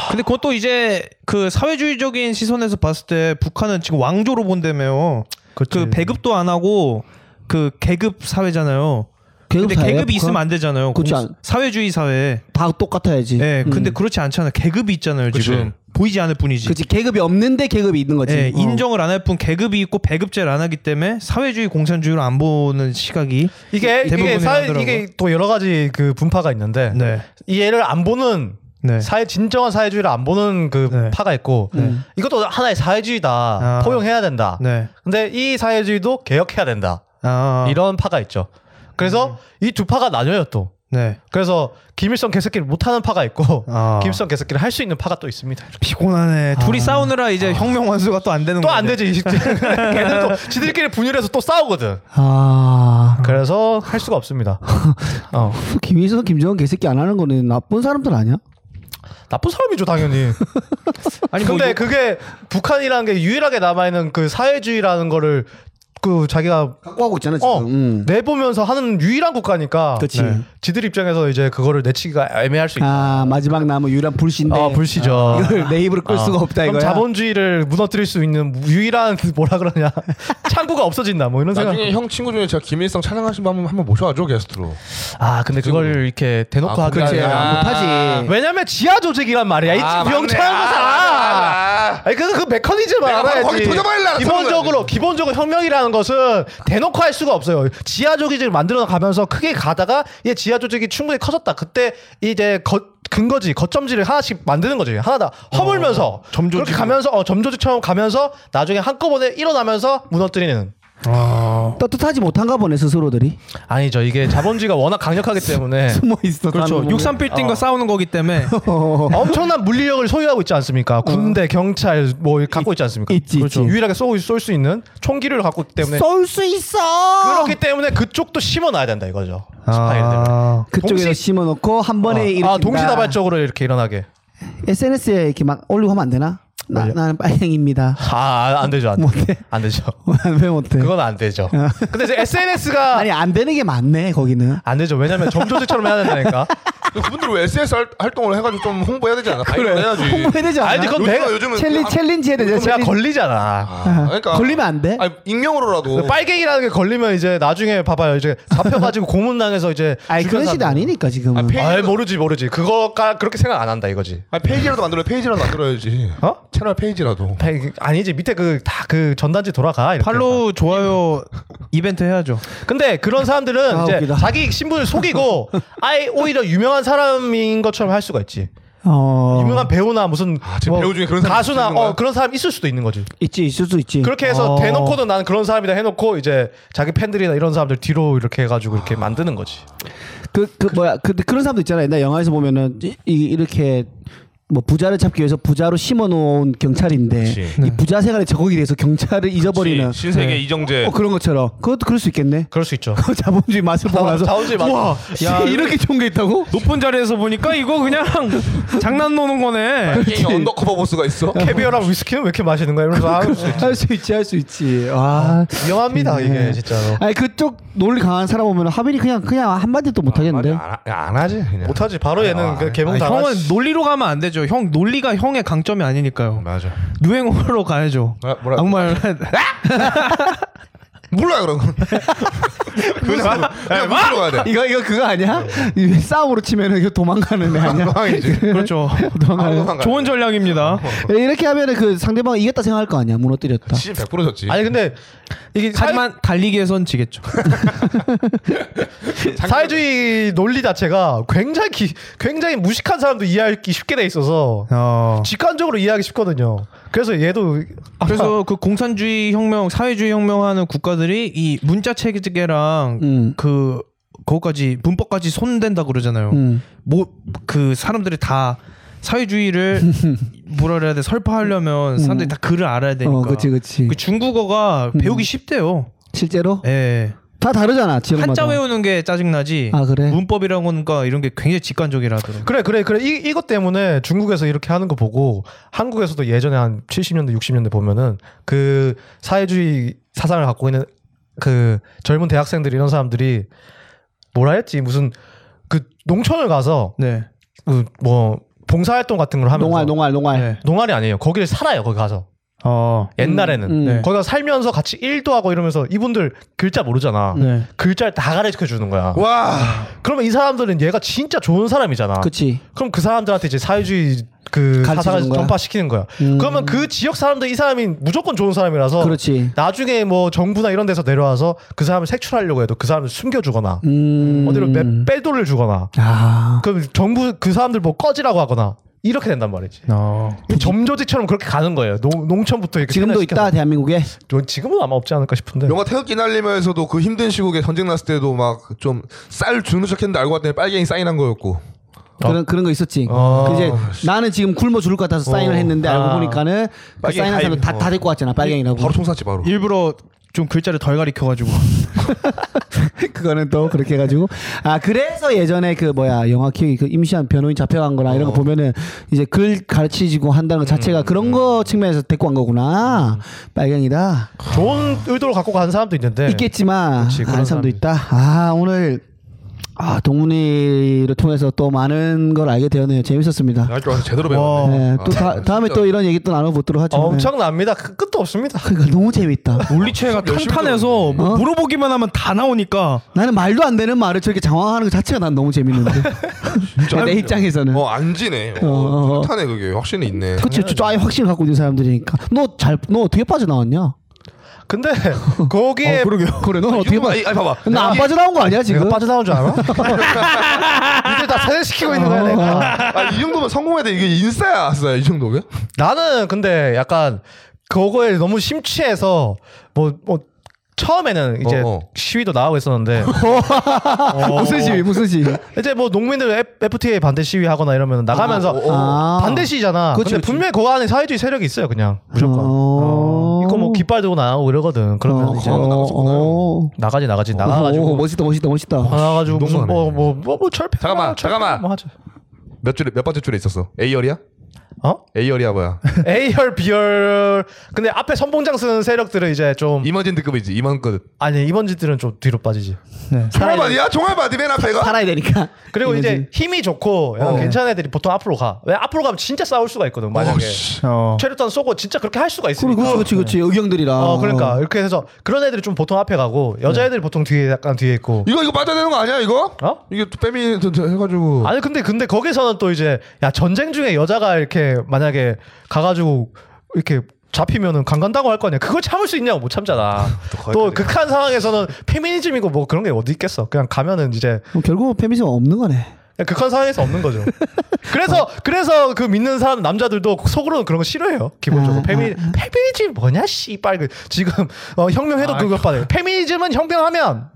B: 근데 그것도 이제 그 사회주의적인 시선에서 봤을 때 북한은 지금 왕조로 본다며요
E: 그치.
B: 그 배급도 안 하고 그 계급 사회잖아요
A: 계급
B: 근데
A: 사회야,
B: 계급이 있으면
A: 북한?
B: 안 되잖아요
A: 그렇지
B: 공수-
A: 않-
B: 사회주의 사회
A: 다 똑같아야지.
B: 예
A: 음.
B: 근데 그렇지 않잖아요 계급이 있잖아요
C: 그치.
B: 지금 보이지 않을 뿐이지
A: 그치 계급이 없는데 계급이 있는
E: 네,
A: 거지.
B: 예,
A: 어.
B: 인정을 안 할 뿐 계급이 있고 배급제를 안 하기 때문에 사회주의 공산주의로 안 보는 시각이
E: 이게 이게
B: 대부분이
E: 사회
B: 하더라고요.
E: 이게 또 여러 가지 그 분파가 있는데
B: 네.
E: 이 애를 안 보는
B: 네.
E: 사회 진정한 사회주의를 안 보는 그
B: 네.
E: 파가 있고 이것도 하나의 사회주의다
B: 아.
E: 포용해야 된다.
B: 네.
E: 근데 이 사회주의도 개혁해야 된다
B: 아.
E: 이런 파가 있죠. 그래서 이 두 파가 나뉘어요 또.
B: 네.
E: 그래서 김일성 개새끼를 못하는 파가 있고
B: 아.
E: 김일성 개새끼를 할 수 있는 파가 또 있습니다.
B: 피곤하네. 둘이 싸우느라 이제 혁명 완수가 또 안 되는
E: 또 안
B: 거네.
E: 되지 이 새끼. 걔는 또 지들끼리 분열해서 또 싸우거든.
A: 아
E: 그래서 할 수가 없습니다. 어.
A: 그 김일성 김정은 개새끼 안 하는 거는 나쁜 사람들 아니야?
E: 나쁜 사람이죠 당연히.
B: 아니 뭐 근데
E: 근데 그게 북한이라는 게 유일하게 남아 있는 그 사회주의라는 거를 그 자기가
A: 갖고 하고 있잖아 지금.
E: 어
A: 음.
E: 내보면서 하는 유일한 국가니까.
A: 그치.
E: 네. 지들 입장에서 이제 그거를 내치기가 애매할 수 있.
A: 아 네. 마지막 남은 유일한 불신데. 아.
E: 어 네. 불시죠.
A: 이걸 내 입으로 끌
E: 어.
A: 수가 없다
E: 그럼
A: 이거야.
E: 자본주의를 무너뜨릴 수 있는 유일한 그 뭐라 그러냐 *laughs* 창구가 없어진다 뭐 이런 생각.
C: 나중에 형 친구 중에 제가 김일성 찬양하신 분 한번- 한번 모셔와줘 게스트로.
E: 아 근데 그걸 이렇게 대놓고
C: 아,
E: 하기
C: 그렇지.
E: 아,
C: 아,
A: 못하지.
E: 왜냐면 지하 조직이란 말이야. 이
C: 아,
E: 병
C: 맞네.
E: 차는
C: 아,
E: 거
C: 아,
E: 다.
C: 아.
E: 아니 그래서 그 메커니즘
C: 내가 바로
E: 알아야지.
C: 거기 도전발이라 그랬어,
E: 기본적으로 기본적으로 혁명이라는 것은 대놓고 할 수가 없어요. 지하 조직을 만들어 가면서 크게 가다가 이 지하 조직이 충분히 커졌다. 그때 이제 거, 근거지 거점지를 하나씩 만드는 거지. 하나다 허물면서
B: 점조직으로.
E: 그렇게 가면서 어, 점조직처럼 가면서 나중에 한꺼번에 일어나면서 무너뜨리는.
A: 떳떳하지 못한가 보네 스스로들이. *laughs*
E: 아니죠. 이게 자본주의가 워낙 강력하기 때문에
A: 숨어 있어.
B: 그렇죠.
A: 사는 뭐.
B: 육삼 빌딩과 싸우는 거기 *laughs* 때문에
A: 거면.
E: 엄청난 물리력을 소유하고 있지 않습니까? 군대, 경찰 뭐 갖고 있지 않습니까?
A: 있지,
E: 그렇죠.
A: 있지.
E: 유일하게 쏠 수 있는 총기를 갖고 있기 때문에
A: 쏠수 있어.
E: 네. 그렇기 때문에 그쪽도 심어 놔야 된다 이거죠.
B: 아.
A: 아,
E: 스파이들을.
A: 그쪽에서
E: 동시-
A: 심어놓고 한 번에 일으킨다.
E: 아, 동시다발적으로 이렇게 일어나게.
A: SNS에 이렇게 막 올리고 하면 안 되나? 나,
E: 왜요?
A: 나는 빨갱입니다. *laughs*
E: 아, 안 되죠. 안,
A: 못해.
E: 안 되죠.
A: *laughs* 왜 못해?
E: 그건 안 되죠.
A: 아.
E: 근데 SNS가
A: *laughs* 아니 안 되는 게 많네 거기는.
E: 안 되죠. 왜냐면 정조직처럼 해야 된다니까.
C: 근데 그분들 왜 SS 활- 활동을 해가지고 좀 홍보해야 되지 않아? 그래. 해야지.
A: 홍보해야 되지 않아?
E: 아니, 그건
C: 요즘은-
E: 내가-
C: 요즘은
A: 챌린
C: 그-
A: 챌린지 해야 되잖아.
E: 그럼 내가
A: 챌린지.
E: 걸리잖아.
C: 아, 그러니까
A: 걸리면 안 돼?
C: 아니, 익명으로라도.
E: 그 빨갱이라는 게 걸리면 이제 나중에 봐봐요. 이제 잡혀가지고 고문당해서 이제.
A: 아니
E: 주변
A: 그런 시대 음.
E: 사람들.
A: 아니니까 지금은.
C: 아, 페-
E: 아이, 뭐. 모르지 모르지. 그거가 그렇게 생각 안 한다 이거지.
C: 아니, 페이지라도 만들어. 페이지라도 만들어야지.
E: 어?
C: 채널 페이지라도.
E: 백- 아니지 밑에 그 다 그 전단지 돌아가 이렇게.
B: 팔로우 좋아요 이벤트 해야죠.
E: 근데 그런 사람들은
A: 아,
E: 이제
A: 웃기다.
E: 자기 신분을
A: *laughs*
E: 속이고 아예 오히려 유명한 사람인 것처럼 할 수가 있지.
A: 어.
E: 유명한 배우나 무슨 뭐
C: 아, 지금 배우 중에 그런 사람
E: 가수나
C: 있는 거야?
E: 어 그런 사람 있을 수도 있는 거지.
A: 있지 있을 수 있지.
E: 그렇게 해서
B: 어.
E: 대놓고도 나는 그런 사람이다 해놓고 이제 자기 팬들이나 이런 사람들 뒤로 이렇게 해가지고 이렇게 만드는 거지.
A: 그, 그, 뭐야 그, 그런 사람도 있잖아 옛날 영화에서 보면은 이, 이- 이렇게 뭐 부자를 찾기 위해서 부자로 심어놓은 경찰인데
C: 그치.
A: 이 부자 생활에 적응이 돼서 경찰을 잊어버리는
C: 신세계 이정재.
A: 어, 그런 것처럼 그것도 그럴 수 있겠네 *laughs*
E: 그럴 수 있죠.
A: 자본주의 맛을 보고
E: 자-
A: 나서
E: 자본주의 맛.
A: 우와
B: 야,
A: *laughs* 이렇게 좋은 게 있다고?
B: 높은 자리에서 보니까 이거 *laughs* 그냥 장난 노는 거네.
C: 게임 언더커버 보스가 있어.
E: 캐비어랑 위스키는 왜 이렇게 마시는 거야? 이러면서 아,
A: 할 수 네. 있지 할 수 있지 와
E: 위험합니다 이게 진짜로.
A: 아니 그쪽 논리 강한 사람 보면 하빈이 그냥 그냥 한마디도
E: 아,
A: 못 하겠는데
C: 안, 하- 안 하지 그냥.
E: 못하지 바로 얘는
C: 아,
E: 그
B: 아,
E: 개봉 당하.
B: 형은 논리로 가면 안 되죠. 형 논리가 형의 강점이 아니니까요.
C: 맞아.
B: 유행어로 가야죠.
C: 아, 뭐. 뭐라-
B: 악마를
C: 몰라 그런 건. *laughs* 그냥 그냥 물어야 돼.
A: *laughs* 이거 이거 그거 아니야? 이 싸움으로 치면은 이거 도망가는 애 아니야?
C: 방황이지.
B: 그렇죠.
A: *laughs* 도망가는
C: 아무도 안
B: 좋은 전략입니다.
A: 이렇게 하면은 그 상대방 이겼다 생각할 거 아니야? 무너뜨렸다.
C: 시즌 100% 졌지.
A: 뭐-
E: 아니 근데 이게 사회,
B: 하지만 달리기에선 지겠죠.
E: 사회주의 논리 자체가 굉장히 기- 굉장히 무식한 사람도 이해하기 쉽게 돼 있어서
B: 어.
E: 직관적으로 이해하기 쉽거든요. 그래서 얘도
B: 그래서 그 공산주의 혁명, 사회주의 혁명하는 국가들이 이 문자 체계랑
A: 음.
B: 그 거기까지 문법까지 손댄다 그러잖아요.
A: 음.
B: 뭐 그 사람들이 다
A: *laughs*
B: 사회주의를 뭐라 그래야 돼 설파하려면 사람들이 다 글을 알아야 되니까.
A: 음. 어, 그치, 그치. 음. 네.
B: 그 중국어가 배우기 쉽대요.
A: 실제로
B: 예.
A: 다 다르잖아. 지역마다.
B: 한자 외우는 게 짜증나지.
A: 음. 아, 그래?
B: 문법이라는 건가 이런 게 굉장히 직관적이라더라고.
E: 그래 그래 그래 이, 이것 때문에 중국에서 이렇게 하는 거 보고 한국에서도 예전에 한 70년대 60년대 보면은 그 사회주의 사상을 갖고 있는 그 젊은 대학생들 이런 사람들이 뭐라 했지 무슨 그 농촌을 가서
B: 네.
E: 그 뭐 봉사활동 같은 걸 하면서
A: 농활, 농활, 농활.
B: 네.
E: 농활이 아니에요 거기를 살아요 거기 가서
B: 어.
E: 옛날에는
A: 음,
B: 네.
E: 거기 가 살면서 같이 일도 하고 이러면서 이분들 글자 모르잖아
A: 음.
B: 네.
E: 글자를 다 가르쳐 주는 거야
C: 와.
E: 그러면 이 사람들은 얘가 진짜 좋은 사람이잖아
A: 그치.
E: 그럼 그 사람들한테 이제 사회주의 그
A: 가르쳐주는
E: 사상을
A: 거야?
E: 전파시키는 거야.
A: 음.
E: 그러면 그 지역 사람들 이 사람이 무조건 좋은
A: 어.
E: 사람이라서
A: 그렇지.
E: 나중에 뭐 정부나 이런 데서 내려와서 그 사람을 색출하려고 해도 그 사람을 숨겨주거나
A: 음.
E: 어디로 매- 빼돌을 주거나
A: 아.
E: 그럼 정부 그 사람들 뭐 꺼지라고 하거나 이렇게 된단 말이지.
B: 어.
E: 점조지처럼 그렇게 가는 거예요. 농, 농촌부터 이렇게
A: 지금도
E: 생활시켜서.
A: 있다, 대한민국에.
E: 저- 지금은 아마 없지 않을까 싶은데.
C: 영화 태극기 날리면서도 그 힘든 시국에 전쟁 났을 때도 막 좀 쌀 주는 척했는데 알고 봤더니 빨갱이 사인한 거였고.
A: 그런, 그런 거 있었지.
E: 어.
A: 그 이제 나는 지금 굶어 죽을 것 같아서 사인을
E: 어.
A: 했는데 알고
E: 아.
A: 보니까는 그
C: 빨갱이
A: 사인한 사람
C: 가입.
A: 다, 다 데리고 왔잖아. 빨갱이라고.
C: 바로 총 쐈지 바로.
B: 일부러 좀 글자를 덜
A: *laughs*
B: 가리켜 가지고.
A: 그거는 또 그렇게 해가지고 아 그래서 예전에 그 뭐야 영화 기억이 그 임시한 변호인 잡혀간 거나 이런 거 보면은 이제 글 가르치고 한다는 것 자체가 그런 거 측면에서 데리고 간 거구나 빨갱이다
E: 좋은 의도로 갖고 가는 사람도 있는데.
A: 있겠지만
E: 네. 그치, 그런
A: 아는 사람도
E: 사람이
A: 있다 아 오늘 아 동문이를 통해서 또 많은 걸 알게 되었네요 재밌었습니다
C: 할줄 알아서 제대로 배웠네.
A: 네, 또
C: 아,
A: 다, 다음에 또 이런 얘기 또 나눠보도록 하죠
E: 엄청납니다. 그- 끝도 없습니다.
A: 네. 그러니까 너무 재밌다
B: *laughs* 물리체가 탄탄해서 뭐
A: 어?
B: 물어보기만 하면 다 나오니까
A: 나는 말도 안 되는 말을 저렇게 장황하는 것 자체가 난 너무 재밌는데 내 입장에서는
C: 어, 안 지네. 어,
A: 어, 어.
C: 탄해 그게 확실히 있네.
A: 그치, 저 아예 확신을 갖고 있는 사람들이니까. 너 잘, 너 어떻게 빠져나왔냐? *laughs*
E: 근데
A: 어,
E: 거기에 *laughs*
A: 그러게요. 그래, 넌 어떻게
C: 유머-
A: 빠져?
C: 아니, 아니, 봐봐.
A: 나안 빠져나온 거 아니야
E: 예. 내가
A: 지금?
E: 빠져나온
A: *laughs*
E: 줄 알아? 이들 다 세뇌시키고 있는 거야 내가.
C: 아, 이 정도면 성공해야 돼. 이게 인싸야, 아싸야 이 정도면?
E: 나는 근데 약간 그거에 너무 심취해서 뭐 뭐 처음에는 이제
C: 어, 어.
E: 시위도
C: *laughs*
E: 나오고 있었는데
A: 아,
E: 어.
A: 무슨 시위, 무슨 시위?
E: 이제 뭐 농민들 F- FTA 반대 시위하거나 이러면 나가면서
C: 어, 어.
A: 아.
E: 반대 시위잖아.
A: 그치,
E: 근데
A: 그치.
E: 분명히 그 안에 사회주의 세력이 있어요 그냥 무조건.
A: 어.
E: 이거 뭐 깃발 들고 나오고 이러거든. 그러면
A: 어,
E: 이제
C: 어. 나갔었구나.
A: 어.
E: 나가지 나가지
A: 오,
E: 나가가지고 어.
A: 멋있다, 멋있다, 멋있다.
E: 나가가지고 무슨 뭐,
C: 운동선에.
E: 뭐뭐뭐 철폐
C: 잠깐만, 잠깐만.
E: 뭐 하죠.
C: 몇 줄에 몇 번째 줄에 있었어? A열이야?
E: 어? *laughs*
A: *laughs*
C: A열이야 뭐야?
E: A열, B열. 근데 앞에 선봉장 쓰는 세력들은 이제 좀
C: 임원진급이지 임원급.
E: 아니 이번 짓들은 좀 뒤로 빠지지.
C: 종알바디야? 종알바디 맨 앞에가?
A: 살아야 되니까.
E: *laughs* 그리고 이제 힘이 좋고 약간
C: 어.
E: 괜찮은 애들이 보통 앞으로 가. 왜 앞으로 가면 진짜 싸울 수가 있거든. 만약에
C: 어, 씨.
B: 어.
E: 체류탄 쏘고 진짜 그렇게 할 수가 있으니까.
A: 그렇지, 그렇지, 그러니까. 그렇지. 의경들이랑.
E: 어 그러니까 이렇게 해서 그런 애들이 좀 보통 앞에 가고 여자애들이 보통 뒤에 약간 뒤에 있고.
C: 이거 이거 빠져야 되는 거 아니야 이거?
E: 어?
C: 이게 또 페미니즘 해가지고
E: 아니 근데 근데 거기서는 또 이제 야 전쟁 중에 여자가 이렇게 만약에 가가지고 이렇게 잡히면은 강간다고 할 거 아니야. 그걸 참을 수 있냐고 못 참잖아. 또 극한 상황에서는 페미니즘이고 뭐 그런 게 어디 있겠어. 그냥 가면은 이제
A: 그럼 어, 결국은 페미니즘 없는 거네.
E: 그냥 극한 상황에서
B: *laughs*
E: 없는 거죠. 그래서
B: 어.
E: 그래서 그 믿는 사람 남자들도 속으로는 그런 거 싫어해요.
B: 음,
E: 기본적으로
A: 아,
E: 페미 페미니즘 뭐냐 씨발 그 지금 어, 혁명해도 그것 받아요. 페미니즘은 혁명하면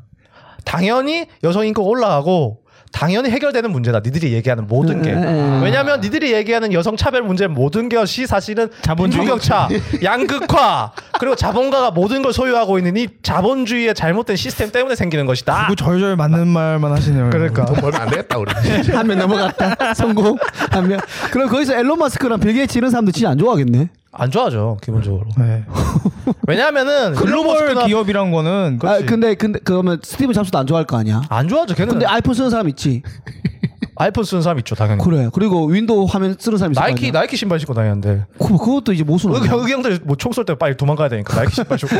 E: 당연히 여성 인권 올라가고 당연히 해결되는 문제다. 니들이 얘기하는 모든 게
A: 음, 음, 음.
E: 왜냐하면 니들이 얘기하는 여성 차별 문제 모든 것이 사실은
B: 자본주의? *laughs*
E: 빈부격차, 양극화 그리고 자본가가 모든 걸 소유하고 있는 이 자본주의의 잘못된 시스템 때문에 생기는 것이다.
B: 누구 아, 음. 절절 맞는 말만 하시네요.
E: 그러니까
C: 돈 벌면 안 되겠다 우리.
A: 한 명
E: *laughs*
A: 넘어갔다. 성공. 한 명. 그럼 거기서 앨런 마스크랑 빌 게이츠 이런 사람들 진짜 안 좋아하겠네.
E: 안 좋아하죠 기본적으로.
B: 네.
E: 왜냐하면은
B: 글로벌
E: 일론 머스크나-
B: 기업이란 거는
A: 아,
B: 그렇지.
A: 근데 근데 그러면 스티븐 잡스도 안 좋아할 거 아니야.
E: 안 좋아하죠. 걔는
A: 근데 아이폰 쓰는 사람 있지.
E: 아이폰 쓰는 사람 있죠 당연히.
A: 그래. 그리고 윈도우 화면 쓰는 사람 있을 거
E: 나이키
A: 아니야.
E: 나이키 신발 신고 다니는데
A: 그, 그것도 이제 모순.
E: 의경 의경들 뭐 총 쏠 때 빨리 도망가야 되니까 나이키 신발 신고.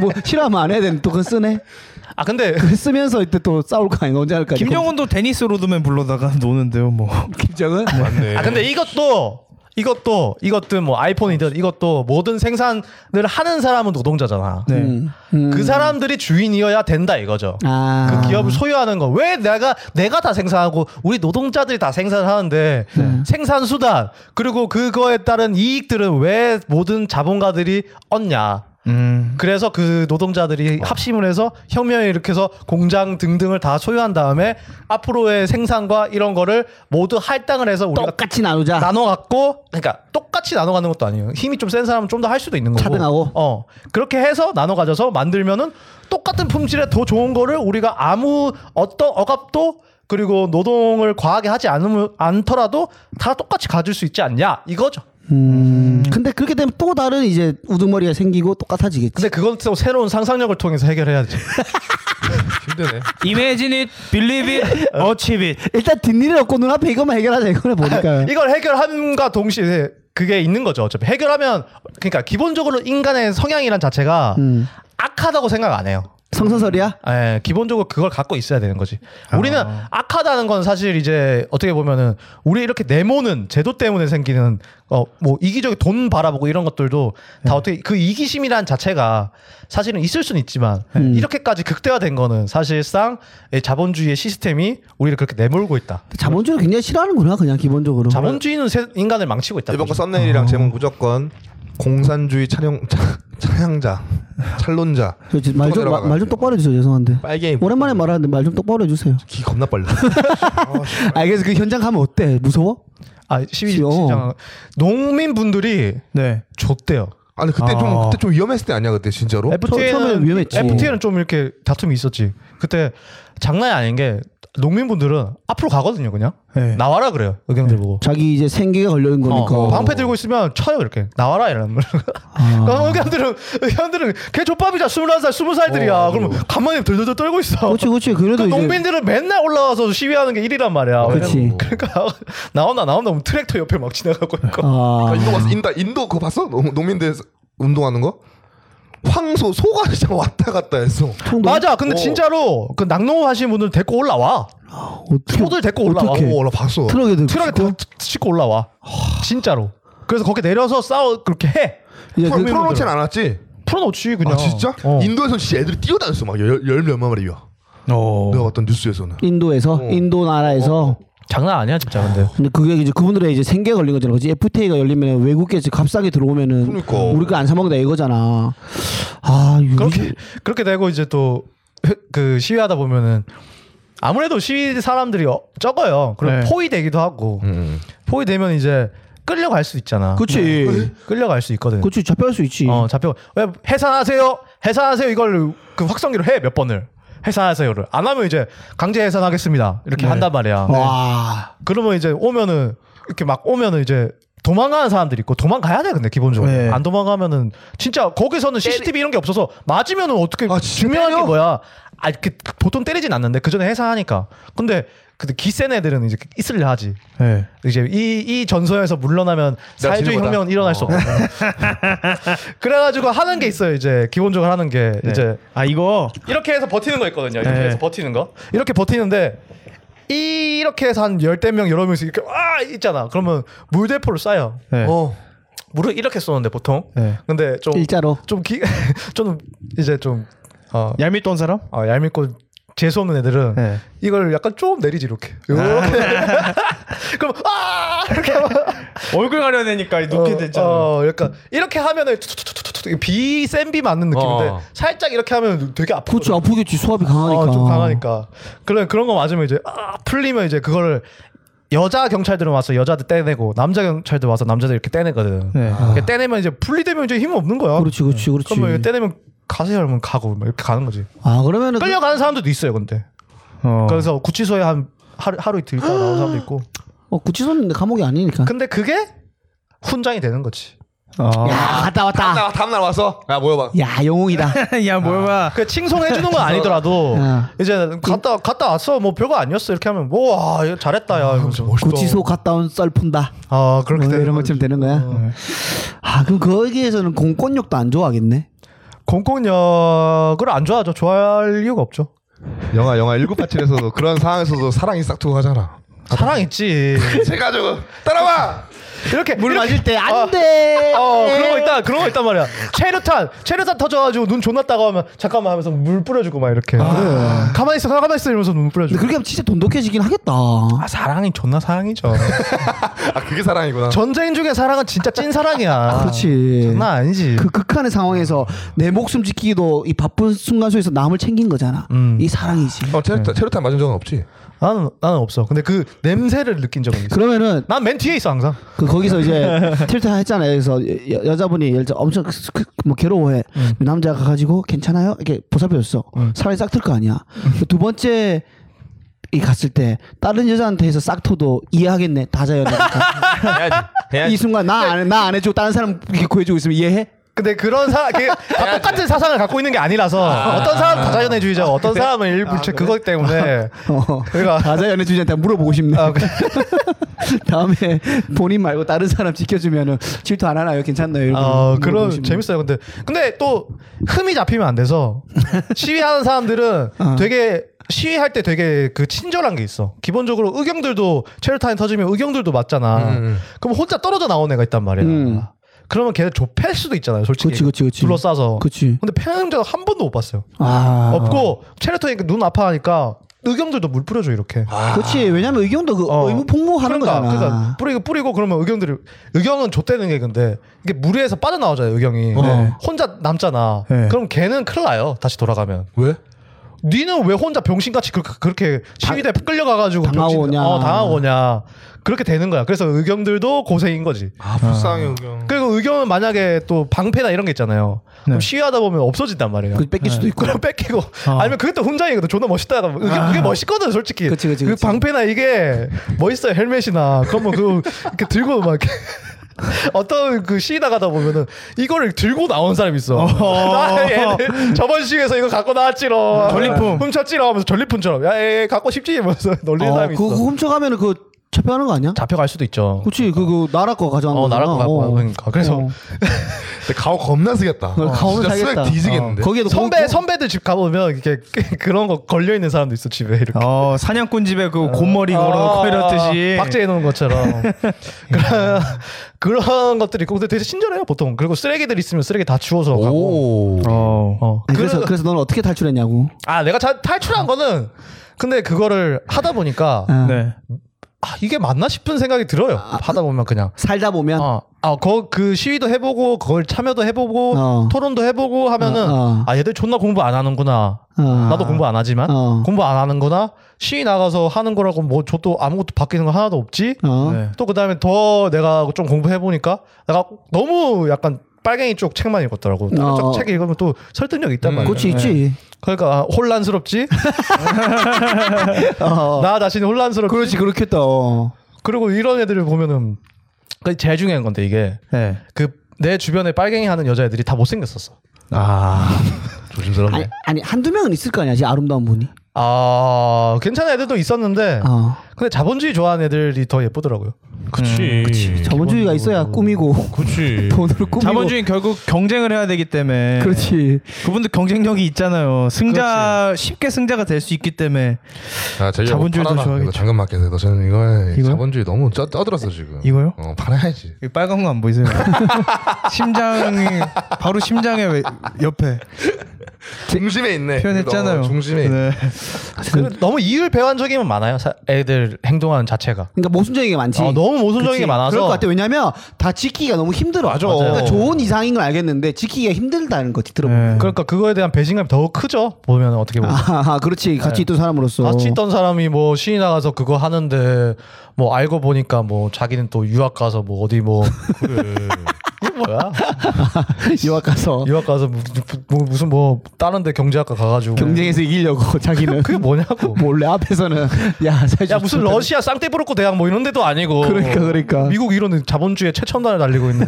A: 뭐 싫어하면 안 해야 되는데 또 그거 쓰네.
E: *laughs* 아 근데
A: 그 쓰면서 이때 또 싸울 거 아니야. 언제 할까?
B: 김정은도 데니스 로드맨 불러다가 *laughs* 노는데요, 뭐.
A: 김정은.
C: 맞네.
E: 아 근데 이것도 이것도 이것도 뭐 아이폰이든 이것도 모든 생산을 하는 사람은 노동자잖아.
B: 네.
A: 음, 음.
E: 그 사람들이 주인이어야 된다 이거죠.
A: 아.
E: 그 기업을 소유하는 거. 왜 내가 내가 다 생산하고 우리 노동자들이 다 생산하는데 생산 수단 그리고 그거에 따른 이익들은 왜 모든 자본가들이 얻냐?
B: 음.
E: 그래서 그 노동자들이 합심을 해서 혁명을 일으켜서 공장 등등을 다 소유한 다음에 앞으로의 생산과 이런 거를 모두 할당을 해서 우리가
A: 똑같이 나누자.
E: 나눠 갖고 그러니까 똑같이 나눠 가는 것도 아니에요. 힘이 좀 센 사람은 좀 더 할 수도 있는 거고.
A: 차등하고?
E: 어. 그렇게 해서 나눠 가져서 만들면은 똑같은 품질의 더 좋은 거를 우리가 아무 어떤 억압도 그리고 노동을 과하게 하지 않음, 않더라도 다 똑같이 가질 수 있지 않냐 이거죠.
A: 음. 근데 그렇게 되면 또 다른 이제 우두머리가 생기고 똑같아지겠지.
E: 근데 그건 또 새로운 상상력을 통해서 해결해야 *laughs* 지
C: 힘드네.
B: Imagine it, believe it, achieve it.
A: 일단 뒷일이 없고 눈앞에 이것만 해결하자 이거를 보니까.
E: *laughs* 이걸 해결함과 동시에 그게 있는 거죠. 어차피 해결하면 그러니까 기본적으로 인간의 성향이란 자체가
A: 음.
E: 악하다고 생각 안 해요.
A: 성서설이야?
E: 예, 기본적으로 그걸 갖고 있어야 되는 거지. 우리는
C: 아.
E: 악하다는 건 사실 이제 어떻게 보면은 우리 이렇게 내모는 제도 때문에 생기는 어 뭐 이기적인 돈 바라보고 이런 것들도
C: 네.
E: 다 어떻게 그 이기심이란 자체가 사실은 있을 수는 있지만
C: 네. 음.
E: 이렇게까지 극대화된 거는 사실상 이 자본주의의 시스템이 우리를 그렇게 내몰고 있다.
A: 자본주의를 굉장히 싫어하는구나 그냥 기본적으로.
E: 자본주의는 세- 인간을 망치고 있다.
C: 이번 거 썸네일이랑 제목 무조건 공산주의 찬양 차- 찬양자 찬론자
A: 말좀
C: 똑바로
A: 말 좀 똑바로 해주세요 죄송한데.
E: 아,
C: 빨갱이
A: 오랜만에 말하는데 말 좀 똑바로 해주세요.
C: 기 겁나 빨라.
A: 아 그래서 그 현장 가면 어때? 무서워?
E: 아, 시위
A: 지요.
E: 시장 농민분들이
B: 네.
E: 줬대요.
C: 아니 그때 좀 그때 좀 위험했을 때 아니야 그때 진짜로?
A: 어? 처음에는 위험했지.
E: FTA는 좀 이렇게 다툼이 있었지. 그때 장난이 아닌 게 농민분들은 앞으로 가거든요, 그냥.
B: 네.
E: 나와라 그래요. 의경들 보고.
A: 자기 이제 생계가 걸려 있는 거니까.
E: 어, 방패 들고 있으면 쳐요 이렇게 나와라 이러는
A: 아.
E: *laughs* 그럼 의견들은 의견들은 걔 족밥이자 21살 20살들이야
C: 어,
E: 그러면
C: 그리고.
E: 가만히 덜덜덜 떨고 있어
A: 그렇지 그렇지.
E: 그
A: 그래도 이제 어,
E: 농민들은 맨날 올라와서 시위하는 게 일이란 말이야
A: 그치.
E: 그러니까 *laughs* 나온다 나온다 하면 트랙터 옆에 막 지나가고 있고
C: 아,
A: *laughs* 아
C: 인도 봤어? 인도 인도 그거 봤어? 농- 농민들 운동하는 거? 황소 소가 진짜 왔다 갔다 했어.
A: 통도
E: 맞아 근데 진짜로 그 낙농 하시는 분들 데리고 올라와
A: 어떻게
E: 소들 데리고 올라와
A: 어떡해.
C: 어, 올라 봤어.
A: 아, 트럭에 들고
E: 트럭에 다 싣고 올라와. 진짜로. 그래서 거기 내려서 싸워 그렇게 해.
A: 이제
C: 풀-
A: 그-
C: 풀어놓진 않았지.
E: 풀어놓지 그냥.
C: 아 진짜?
E: 어.
C: 인도에서 진짜 애들이 뛰어다녔어 막열몇 마리야.
B: 어.
C: 내가 봤던 뉴스에서는.
A: 인도에서
C: 어.
A: 인도 나라에서
E: 장난 아니야 진짜 근데.
A: 근데 그게 이제 그분들의 이제 생계 가 걸린 거잖아. 그지 FTA가 열리면 외국계 지금 값싸게 들어오면은
C: 그러니까.
A: 우리가 안 사먹는다 이거잖아. 아 이거
E: 그렇게 그렇게 되고 이제 또 그 시위하다 보면은 아무래도 시위 사람들이 어- 적어요. 그럼
B: 네.
E: 포위되기도 하고
C: 음.
E: 포위되면 이제 끌려갈 수 있잖아.
A: 그렇지.
E: 끌려갈 수 있거든.
A: 네. 그렇지 잡혀갈 수 있지.
E: 네. 어 잡혀 왜 해산하세요 해산하세요 이걸 그 확성기로 해 몇 번을 해산하세요를 안 하면 이제 강제 해산하겠습니다 이렇게 한단 말이야.
A: 와.
E: 그러면 이제 오면은 이렇게 막 오면은 이제 도망가는 사람들이 있고 도망가야 돼 근데 기본적으로
B: 네.
E: 안 도망가면은 진짜 거기서는 CCTV 이런 게 없어서 맞으면은 어떻게
C: 아, 진짜
E: 중요한 게
C: 때려?
E: 뭐야 아 그 보통 때리진 않는데 그 전에 해산하니까 근데 근데 기센 애들은 이제 있을려 하지
B: 네.
E: 이제 이, 이 전선에서 물러나면
C: 내가
E: 사회주의
C: 지는 거다.
E: 혁명은 일어날 수
C: 어.
E: 없어. *laughs* 그래가지고 하는 게 있어요. 이제 기본적으로 하는 게
C: 네.
E: 이제
B: 아 이거
E: 이렇게 해서 버티는 거 있거든요. 이렇게
B: 네.
E: 해서 버티는 거. 이렇게 버티는데 이렇게 해서 한 열댓 명 여러 명씩 이렇게 아 있잖아. 그러면 물대포를 쏴요.
B: 네.
C: 어.
E: 물을 이렇게 쏘는데 보통.
B: 네.
E: 근데
A: 일자로.
E: 좀좀기좀 *laughs* 이제 좀 어,
B: 얄밉던 사람?
E: 어, 얄밉고 재수 없는 애들은
B: 네.
E: 이걸 약간 좀 내리지 이렇게. 이렇게. *laughs* 그럼 아 이렇게 하면
B: 얼굴 가려내니까
E: 어, 어, 약간 이렇게 하면은 투투투투투 비센비 맞는 느낌인데
C: 어.
E: 살짝 이렇게 하면 되게 아프고.
A: 그렇지 아프겠지 수압이 강하니까.
E: 어, 좀 강하니까. 그런 그런 거 맞으면 이제 아, 풀리면 이제 그거를 여자 경찰들은 와서 여자들 떼내고 남자 경찰들 와서 남자들 이렇게 떼내거든. 아.
B: 네.
E: 이렇게 떼내면 이제 분리되면 이제 힘 없는 거야.
A: 아. 그렇지 그렇지 그렇지.
E: 그러면 이제 떼내면 가세요 하면 가고 막 이렇게 가는 거지.
A: 아 그러면은 그-
E: 끌려가는 사람들도 있어요, 근데.
B: 어.
E: 그래서 구치소에 한 하루, 하루 이틀 있다가 나온 사람도 있고.
A: 어, 구치소는 근데 감옥이 아. 아니니까.
E: 근데 그게 훈장이 되는 거지.
B: 아.
A: 야 갔다 왔다.
C: 다음날 다음날 와서 야 모여봐.
A: 야 영웅이다.
B: *laughs*
E: 아,
B: 야 뭐야.
E: 그 칭송해
A: *laughs*
E: 주는 건 아니더라도
A: 어.
E: 이제 갔다 갔다 왔어 뭐 별거 아니었어 이렇게 하면 뭐, 와 이거 잘했다 야 이러면서
A: 아, 구치소 갔다 온 썰 푼다.
E: 아
A: 어,
E: 그렇게 되는
A: 이런
E: 거지. 어.
A: 것처럼 되는 거야. 아 그럼 거기에서는 공권력도 안 좋아하겠네.
E: 공권력을 안 좋아하죠 좋아할 이유가 없죠
C: 영화 영화 1987에서도 *laughs* 그런 상황에서도 사랑이 싹트고 하잖아.
E: 사랑 있지
C: 제가 저거 따라와.
E: 이렇게
A: 물
E: *laughs* 이렇게-
A: 마실 때
E: 아,
A: 안 돼.
E: 어 그런 거 있다 그런 거 있단 말이야 체류탄 체류탄 터져가지고 눈 존나 따가우면 잠깐만 하면서 물 뿌려주고 막 이렇게 네. 가만히 있어 가만히 있어 이러면서 눈
A: 아. 근데
E: 뿌려주고
A: 그렇게 하면 진짜 돈독해지긴 하겠다.
E: 아 사랑이 존나 사랑이죠
C: 아 그게 사랑이구나.
E: *laughs* 전쟁 중에 사랑은 진짜 찐 사랑이야
A: 아, 그렇지.
E: 장난 아니지
A: 그 극한의 상황에서 내 목숨 지키기도 이 바쁜 순간 속에서 남을 챙긴 거잖아.
E: 음.
A: 이 사랑이지.
C: 어
B: 네.
C: 체르타 체르타 맞은 적은 없지.
E: 나는 나는 없어. 근데 그 냄새를 느낀 적은 있어.
A: 그러면은
E: 난 맨 뒤에 있어 항상.
A: 그 거기서 이제 틸타 했잖아요. 그래서 여, 여자분이 예를 들어 엄청 그- 그- 뭐 괴로워해. 남자가 가지고 괜찮아요? 이렇게 보살펴줬어. 사람이 싹 틀 거 아니야. 그두 번째 이 갔을 때 다른 여자한테서 싹 터도 이해하겠네. 다 자연이니까.
C: 해야지.
A: 이 순간 나 안 나 안 해주고 다른 사람 이렇게 구해주고 있으면 이해해?
E: 근데 그런 사, 그게 다 똑같은 사상을 갖고 있는 게 아니라서 어떤 사람
A: 아,
E: 다자연애주의자, 고 어떤 사람은 일불체 그것 때문에
A: 어.
E: 그러니까
A: 다 자연의 주제한테 물어보고 싶네.
E: 아, 그-
A: *laughs* 다음에 본인 말고 다른 사람 지켜주면은 질투 안 하나요? 괜찮나요? 이러고
E: 어,
A: 물어보고
E: 그런
A: 싶네.
E: 재밌어요. 근데 근데 또 흠이 잡히면 안 돼서 시위하는 사람들은
A: 어.
E: 되게 시위할 때 되게 그 친절한 게 있어. 기본적으로 의경들도 체류탄이 터지면 의경들도 맞잖아.
C: 음.
E: 그럼 혼자 떨어져 나온 애가 있단 말이야.
A: 음.
E: 그러면 걔 좁힐 수도 있잖아요. 솔직히
A: 그치, 그치, 그치.
E: 둘러싸서.
A: 그치.
E: 근데 평양전 한 번도 못 봤어요.
A: 아.
E: 없고 체류탄이니까 눈 아파하니까 의경들도 물 뿌려줘 이렇게.
A: 그렇지. 왜냐면 의견도 그
E: 어.
A: 의무 폭로하는
E: 그러니까,
A: 아, 거잖아.
E: 그러니까 뿌리고 뿌리고 그러면 의경들이 의경은 좆되는 게 근데 이게 무리에서 빠져나오잖아요 의경이
A: 네.
E: 혼자 남잖아.
B: 네.
E: 그럼 걔는 큰일 나요 다시 돌아가면.
C: 왜?
E: 니는 왜 혼자 병신같이 그렇게, 그렇게 시위대 끌려가가지고
A: 당하고
E: 병신-
A: 오냐.
E: 어, 당하고 오냐 그렇게 되는 거야. 그래서 의경들도 고생인 거지.
C: 아 불쌍해 의경.
E: 그리고 의경은 만약에 또 방패나 이런 게 있잖아요. 그럼
B: 네.
E: 시위하다 보면 없어진단 말이에요.
A: 그 뺏길 수도 있고.
E: 그럼 *laughs* 뺏기고 아니면 그게 또 훈장이거든 존나 멋있다 그게, 그게 멋있거든 솔직히
A: 어. 아. 그치, 그치,
E: 그
A: 그치.
E: 방패나 이게 멋있어요 헬멧이나 그러면 그 이렇게 들고 막 이렇게 *laughs* 어떤 그 시위 나가다 보면은 이거를 들고 나온 사람이 있어 *laughs* 나 얘는 저번 시위에서 이거 갖고 나왔지롱
B: 전리품.
E: 훔쳤지롱 하면서 전리품처럼 야얘 갖고 싶지 하면서 *laughs* 놀리는
A: 어,
E: 사람이
A: 그거
E: 있어
A: 훔쳐가면은 그 잡혀가는 거 아니야?
E: 잡혀갈 수도 있죠
A: 그렇지. 그거 나라 거 가져간 거.
E: 어 나라 거 갖고 와, 그러니까 그래서 어,
A: 어.
C: 근데 가오 겁나 쓰겠다.
B: 어,
A: 그걸 가오는
C: 진짜
A: 사겠다. 어.
C: 스웩 뒤지겠는데.
A: 거기에도
E: 선배
A: 공-
E: 선배들 집 가보면 이렇게 *laughs* 그런 거 걸려 있는 사람도 있어 집에 이렇게
B: 어 사냥꾼 집에 그
E: 아.
B: 곰머리 걸어놓고 이렇듯이.
E: 박제해
B: *laughs*
E: 놓은 것처럼 *laughs* 그런, 그런 것들이 있고 근데 되게 친절해요 보통 그리고 쓰레기들 있으면 쓰레기 다 주워서 가고
C: 오.
B: 어.
E: 어.
A: 아니,
E: 그-
A: 그래서 그래서 너는 어떻게 탈출했냐고.
E: 아 내가 자- 탈출한 거는 근데 그거를 하다 보니까
A: 아.
B: 네.
E: 아, 이게 맞나 싶은 생각이 들어요 하다 보면 그냥
A: 살다 보면
E: 어, 아, 거, 그 시위도 해보고 그걸 참여도 해보고
A: 어.
E: 토론도 해보고 하면은
A: 어, 어.
E: 아 얘들 존나 공부 안 하는구나
A: 어.
E: 나도 공부 안 하지만
A: 어.
E: 공부 안 하는구나 시위 나가서 하는 거라고 뭐 저도 아무것도 바뀌는 거 하나도 없지
A: 어.
B: 네.
E: 또 그다음에 더 내가 좀 공부해 보니까 내가 너무 약간 빨갱이 쪽 책만 읽었더라고. 다른
A: 어.
E: 쪽 책 읽으면 또 설득력 이 있단
C: 음,
E: 말이야. 네.
A: 그렇지 있지.
E: 그러니까 아, 혼란스럽지.
A: 어.
E: 나 자신이 혼란스럽지.
A: 그렇지 그렇겠다. 어.
E: 그리고 이런 애들을 보면은 그 제일 중요한 건데 이게
B: 네.
E: 그 내 주변에 빨갱이 하는 여자애들이 다 못생겼었어.
B: 아.
C: 조심스럽네.
A: 아니, 아니 한두 명은 있을 거 아니야 지 아름다운 분이
E: 아 괜찮은 애들도 있었는데
A: 어.
E: 근데 자본주의 좋아하는 애들이 더 예쁘더라고요.
D: 그치. 그치.
A: 자본주의가 있어야 꿈이고 *laughs*
D: 그치.
A: 돈을 꾸미고
B: 음, 자본주의 결국 경쟁을 해야 되기 때문에
A: 그렇지
B: 그분들 경쟁력이 있잖아요. 승자 쉽게 승자가 될 수 있기 때문에
C: 아, 제일
B: 자본주의도
C: 팔아라.
B: 좋아하겠죠.
C: 이거 당근 마켓에서 저는 이거
B: 이거요?
C: 자본주의 너무 쪄, 떠들었어 지금.
B: 이거요?
C: 어, 팔아야지.
B: 이 빨간 거 안 보이세요? 심장이 바로 심장의 왜- 옆에
C: 중심에 있네.
B: 표현했잖아요.
C: 어, 중심에. 있네.
B: 네.
A: 아,
E: 근데 그 너무 이율 배반적인 건 많아요. 사- 애들 행동하는 자체가.
A: 그러니까 모순적인 게 많지
E: 아, 너무 모순적인 게 많아서.
A: 그럴 것 같아 왜냐면 다 지키기가 너무 힘들어
E: 맞아.
A: 그러니까 좋은 이상인 건 알겠는데 지키기가 힘들다는 거지 들어보면
E: 그러니까 그거에 대한 배신감이 더 크죠. 보면 어떻게 보면.
A: 네. 아, 그렇죠. 그렇지 같이 있던 사람으로서
E: 네. 같이 있던 사람이 뭐 시위 나가서 그거 하는데 뭐 알고 보니까 뭐 자기는 또 유학 가서 뭐 어디 뭐 이게 뭐야
A: *laughs* 유학 가서
E: 유학 가서 무- 무- 무슨 뭐 다른데 경제학과 가가지고
A: 경쟁에서 이기려고 *laughs* 자기는
E: 네.
A: *laughs*
E: 그게 뭐냐고
A: 몰래
E: *laughs*
A: 앞에서는 야, 사실
E: 야 무슨 러시아 쌍테브로크 대학 뭐 이런 데도 아니고
A: 그러니까, 그러니까.
E: 미국 이런 자본주의 최첨단을
A: *laughs*
E: 달리고 있는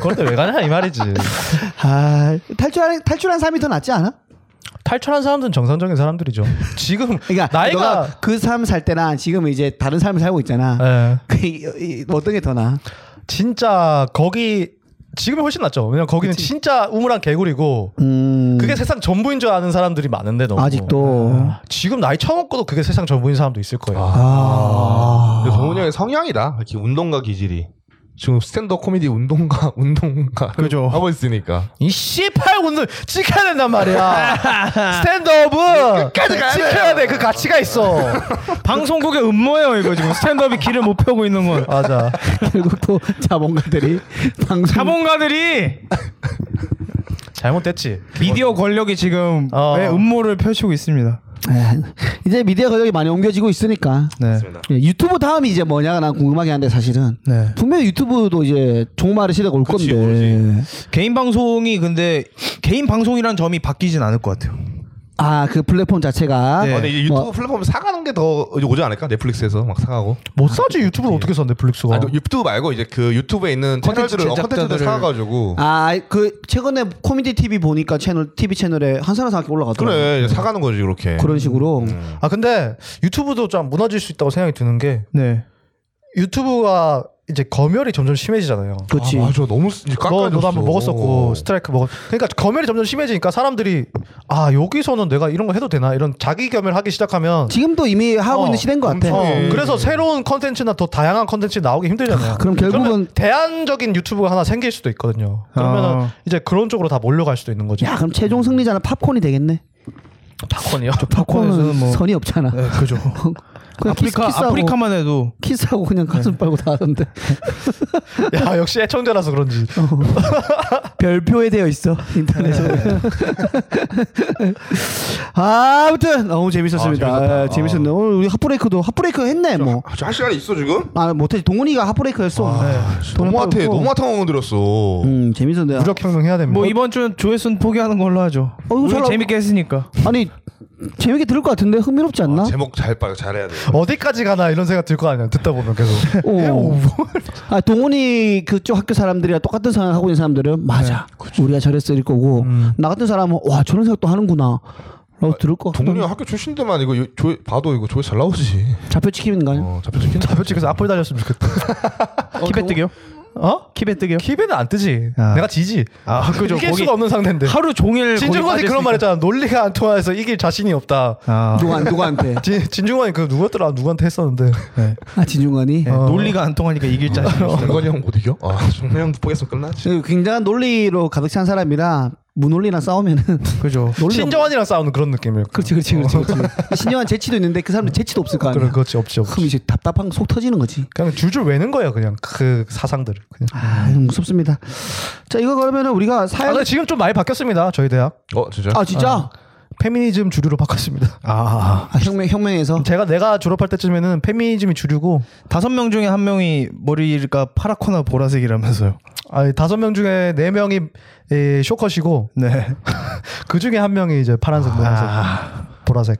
E: 그런데 왜 가냐 이 말이지
A: 아, 탈출한 탈출한 사람이 더 낫지 않아?
E: 탈출한 사람들은 정상적인 사람들이죠 지금
A: 그러니까
E: 나이가
A: 너가 그 삶 살 때나 지금 이제 다른 삶을 살고 있잖아.
E: 예.
A: 그 이- 이- 어떤 게 더 나?
E: 진짜 거기 지금이 훨씬 낫죠 왜냐면 거기는 진짜 우물한 개구리고
A: 음,
E: 그게 세상 전부인 줄 아는 사람들이 많은데 너무
A: 아직도
E: 지금 나이 처먹고도 그게 세상 전부인 사람도 있을 거예요.
A: 아, *laughs*
C: 근데 동훈이 형의 성향이다. 이렇게 운동가 기질이. 지금 스탠드업 코미디 운동가 *laughs* 운동가
B: 그죠.
C: 하고 있으니까.
E: 이 씨팔 운동 지켜야 된단 말이야. *laughs* 스탠드업은
C: 끝까지 가야 돼.
E: 지켜야 돼. 그 가치가 있어.
B: 방송국의 음모예요 이거 지금 스탠드업이 길을 못 펴고 있는 건
E: 맞아.
A: 결국 또
E: *laughs*
A: 자본가들이 방송
B: 자본가들이
E: 잘못됐지.
B: 미디어 권력이 지금
E: 어.
B: 의 음모를 펼치고 있습니다.
A: 에, 예. 이제 미디어 권력이 많이 옮겨지고 있으니까
B: 네.
A: 예, 유튜브 다음이 이제 뭐냐가 난 궁금하긴 한데 사실은
B: 네.
A: 분명히 유튜브도 이제 종말의 시대가 올 건데
B: 개인 방송이 근데 개인 방송이란 점이 바뀌진 않을 것 같아요.
A: 아 그 플랫폼 자체가
B: 네.
C: 아, 근데 이제 유튜브
A: 뭐-
C: 플랫폼 사가는 게 더 오지 않을까? 넷플릭스에서 막 사가고.
E: 못 사지 유튜브를 어떻게 써 넷플릭스가.
C: 아, 그 유튜브 말고 이제 그 유튜브에 있는
B: 콘텐츠
C: 채널들을 컨텐츠들
B: 제작자들을-
C: 사가지고.
A: 아 그 최근에 코미디 TV 보니까 채널 TV 채널에 한 사람 사람밖에 올라가더라고
C: 그래 이제 사가는 거지 그렇게.
A: 그런 식으로
B: 음.
E: 아 근데 유튜브도 좀 무너질 수 있다고 생각이 드는 게
B: 네.
E: 유튜브가 이제 검열이 점점 심해지잖아요.
A: 그렇지
C: 아, 맞아 너무 이제
E: 너,
C: 깎아줬어.
E: 너도 한번 먹었었고 스트라이크 먹었. 그러니까 검열이 점점 심해지니까 사람들이 아 여기서는 내가 이런 거 해도 되나 이런 자기 겸을 하기 시작하면
A: 지금도 이미 하고
E: 어,
A: 있는 시대인 것 같아
E: 어,
C: 예.
E: 그래서 새로운 컨텐츠나 더 다양한 컨텐츠 나오기 힘들잖아요.
A: 그럼 결국은
E: 대안적인 유튜브가 하나 생길 수도 있거든요. 그러면
B: 아.
E: 이제 그런 쪽으로 다 몰려갈 수도 있는 거죠.
A: 야 그럼 최종 승리자는 팝콘이 되겠네
E: 팝콘이요.
A: 팝콘은
B: 팝콘에서는 뭐-
A: 선이 없잖아
B: 네, 그죠.
A: 그냥 키스,
B: 아프리카
A: 키스하고
B: 아프리카만 네. 해도
A: 키스하고 그냥 가슴 빨고 다하던데
E: *laughs* 야 역시 애청자라서 그런지.
A: *laughs* 별표에 되어 있어 인터넷에 *laughs* 아, 아무튼 너무 재밌었습니다
C: 아, 재밌었다.
A: 아, 재밌었네 오늘 우리 핫브레이크도 핫브레이크 했네 뭐.
C: 아, 저한 시간이 있어 지금?
A: 뭐아 못했지 동훈이가 핫브레이크 했어
C: 아,
A: 네.
C: 너무 같아
A: 빠졌고.
C: 너무 같아 먹들었어
A: 음 재밌었네
E: 무력혁명 해야 됩니다.
B: 뭐 이번 주는 조회수는 포기하는 걸로 하죠.
A: 이거
B: 우리
A: 잘 나-
B: 재밌게 했으니까.
A: 아니 재밌게 들을 것 같은데 흥미롭지 않나?
C: 아, 제목 잘 봐, 잘해야 돼.
E: 어디까지 가나 이런 생각 들 거 아니야. 듣다 보면 계속.
A: 오. 아 동훈이 그쪽 학교 사람들이랑 똑같은 생각 하고 있는 사람들은 맞아.
C: 네,
A: 우리가 저랬을 거고
C: 음.
A: 나 같은 사람은 와 저런 생각도 하는구나. 라고 들을 거.
C: 어, 동훈이 형 학교 출신들만 이거 조, 봐도 이거 조회 잘 나오지.
A: 좌표 치킨인가요?
C: 어, 잡혀 찍힌
E: 자, 솔직히 그래서 앞을 달렸으면 좋겠다.
A: 그
B: 키베 뜨기요?
E: 어?
B: 키베 뜨기요?
E: 키베는 안 뜨지.
B: 아.
E: 내가 지지.
B: 아, 그죠.
E: 이길
B: 거기-
E: 수가 없는 상대인데.
B: 하루 종일
E: 진중권이 그런 말했잖아. 논리가 안 통해서 이길 자신이 없다.
B: 아.
A: 누가 누구한테?
E: 진, 진중권이 그 누구였더라? 누구한테 했었는데.
B: 네.
A: 아 진중관이.
B: 네, 논리가 안 통하니까 이길 자신. 없어.
C: *laughs* 정건이 형 못 이겨? 아, 정건이 형 보겠으면 끝나지.
A: 그 굉장한 논리로 가득 찬 사람이라 무논리랑 싸우면은 *laughs*
B: 그죠.
A: 논리.
E: 신정환이랑 싸우는 그런 느낌이에요.
A: 그렇지 그렇지 그렇지. 그렇지. 신영한 재치도 있는데 그 사람은 재치도 없을 거 아니야.
E: 그런 거지 없지 없지.
A: 그럼 이제 답답한 거 속 터지는 거지.
E: 그냥 줄줄 외는 거예요 그냥 그 사상들을 그냥. 아,
A: 아 무섭습니다. 자 이거 그러면은 우리가 사연.
E: 근데 지금 좀 많이 바뀌었습니다 저희 대학
C: 어, 진짜?
A: 아 진짜?
E: 페미니즘 주류로 바꿨습니다 *laughs*
B: 아.
A: 아, 혁명 혁명에서.
E: 제가 내가 졸업할 때쯤에는 페미니즘이 주류고
B: 다섯 명 중에 한 명이 머리가 파랗거나 보라색이라면서요.
E: 아 다섯 명 중에 네 명이 예, 쇼컷이고
B: 네.
E: 그 중에 한 명이 이제
B: 아.
E: 파란색 노란색 보라색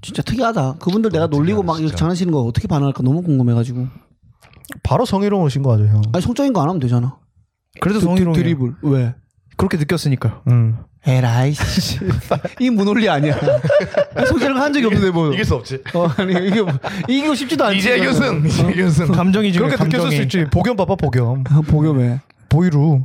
A: 진짜 특이하다. 그분들 내가 놀리고 막 이렇게 장난치는 거 어떻게 반응할까 너무 궁금해가지고.
E: 바로 성희롱으신 거죠 형.
A: 아니 성적인 거 안 하면 되잖아.
B: 그래도
A: 드-
B: 성희롱이
A: 드리블. 왜?
B: 그렇게 느꼈으니까요.
E: 음.
A: 에라이
B: *laughs*
A: 씨. 이 무논리 아니야. 아니, 성적인 거한 적이 없는데 뭐.
C: 이길 수 없지.
A: 어, 아니 이게 뭐- 이기고 싶지도 않지.
C: 이제 교승, 이제 교승.
B: 감정이 지금
E: 그렇게 느꼈을 수 있지. 복염 봐봐 복염.
A: 아, 복염해.
E: 보이루.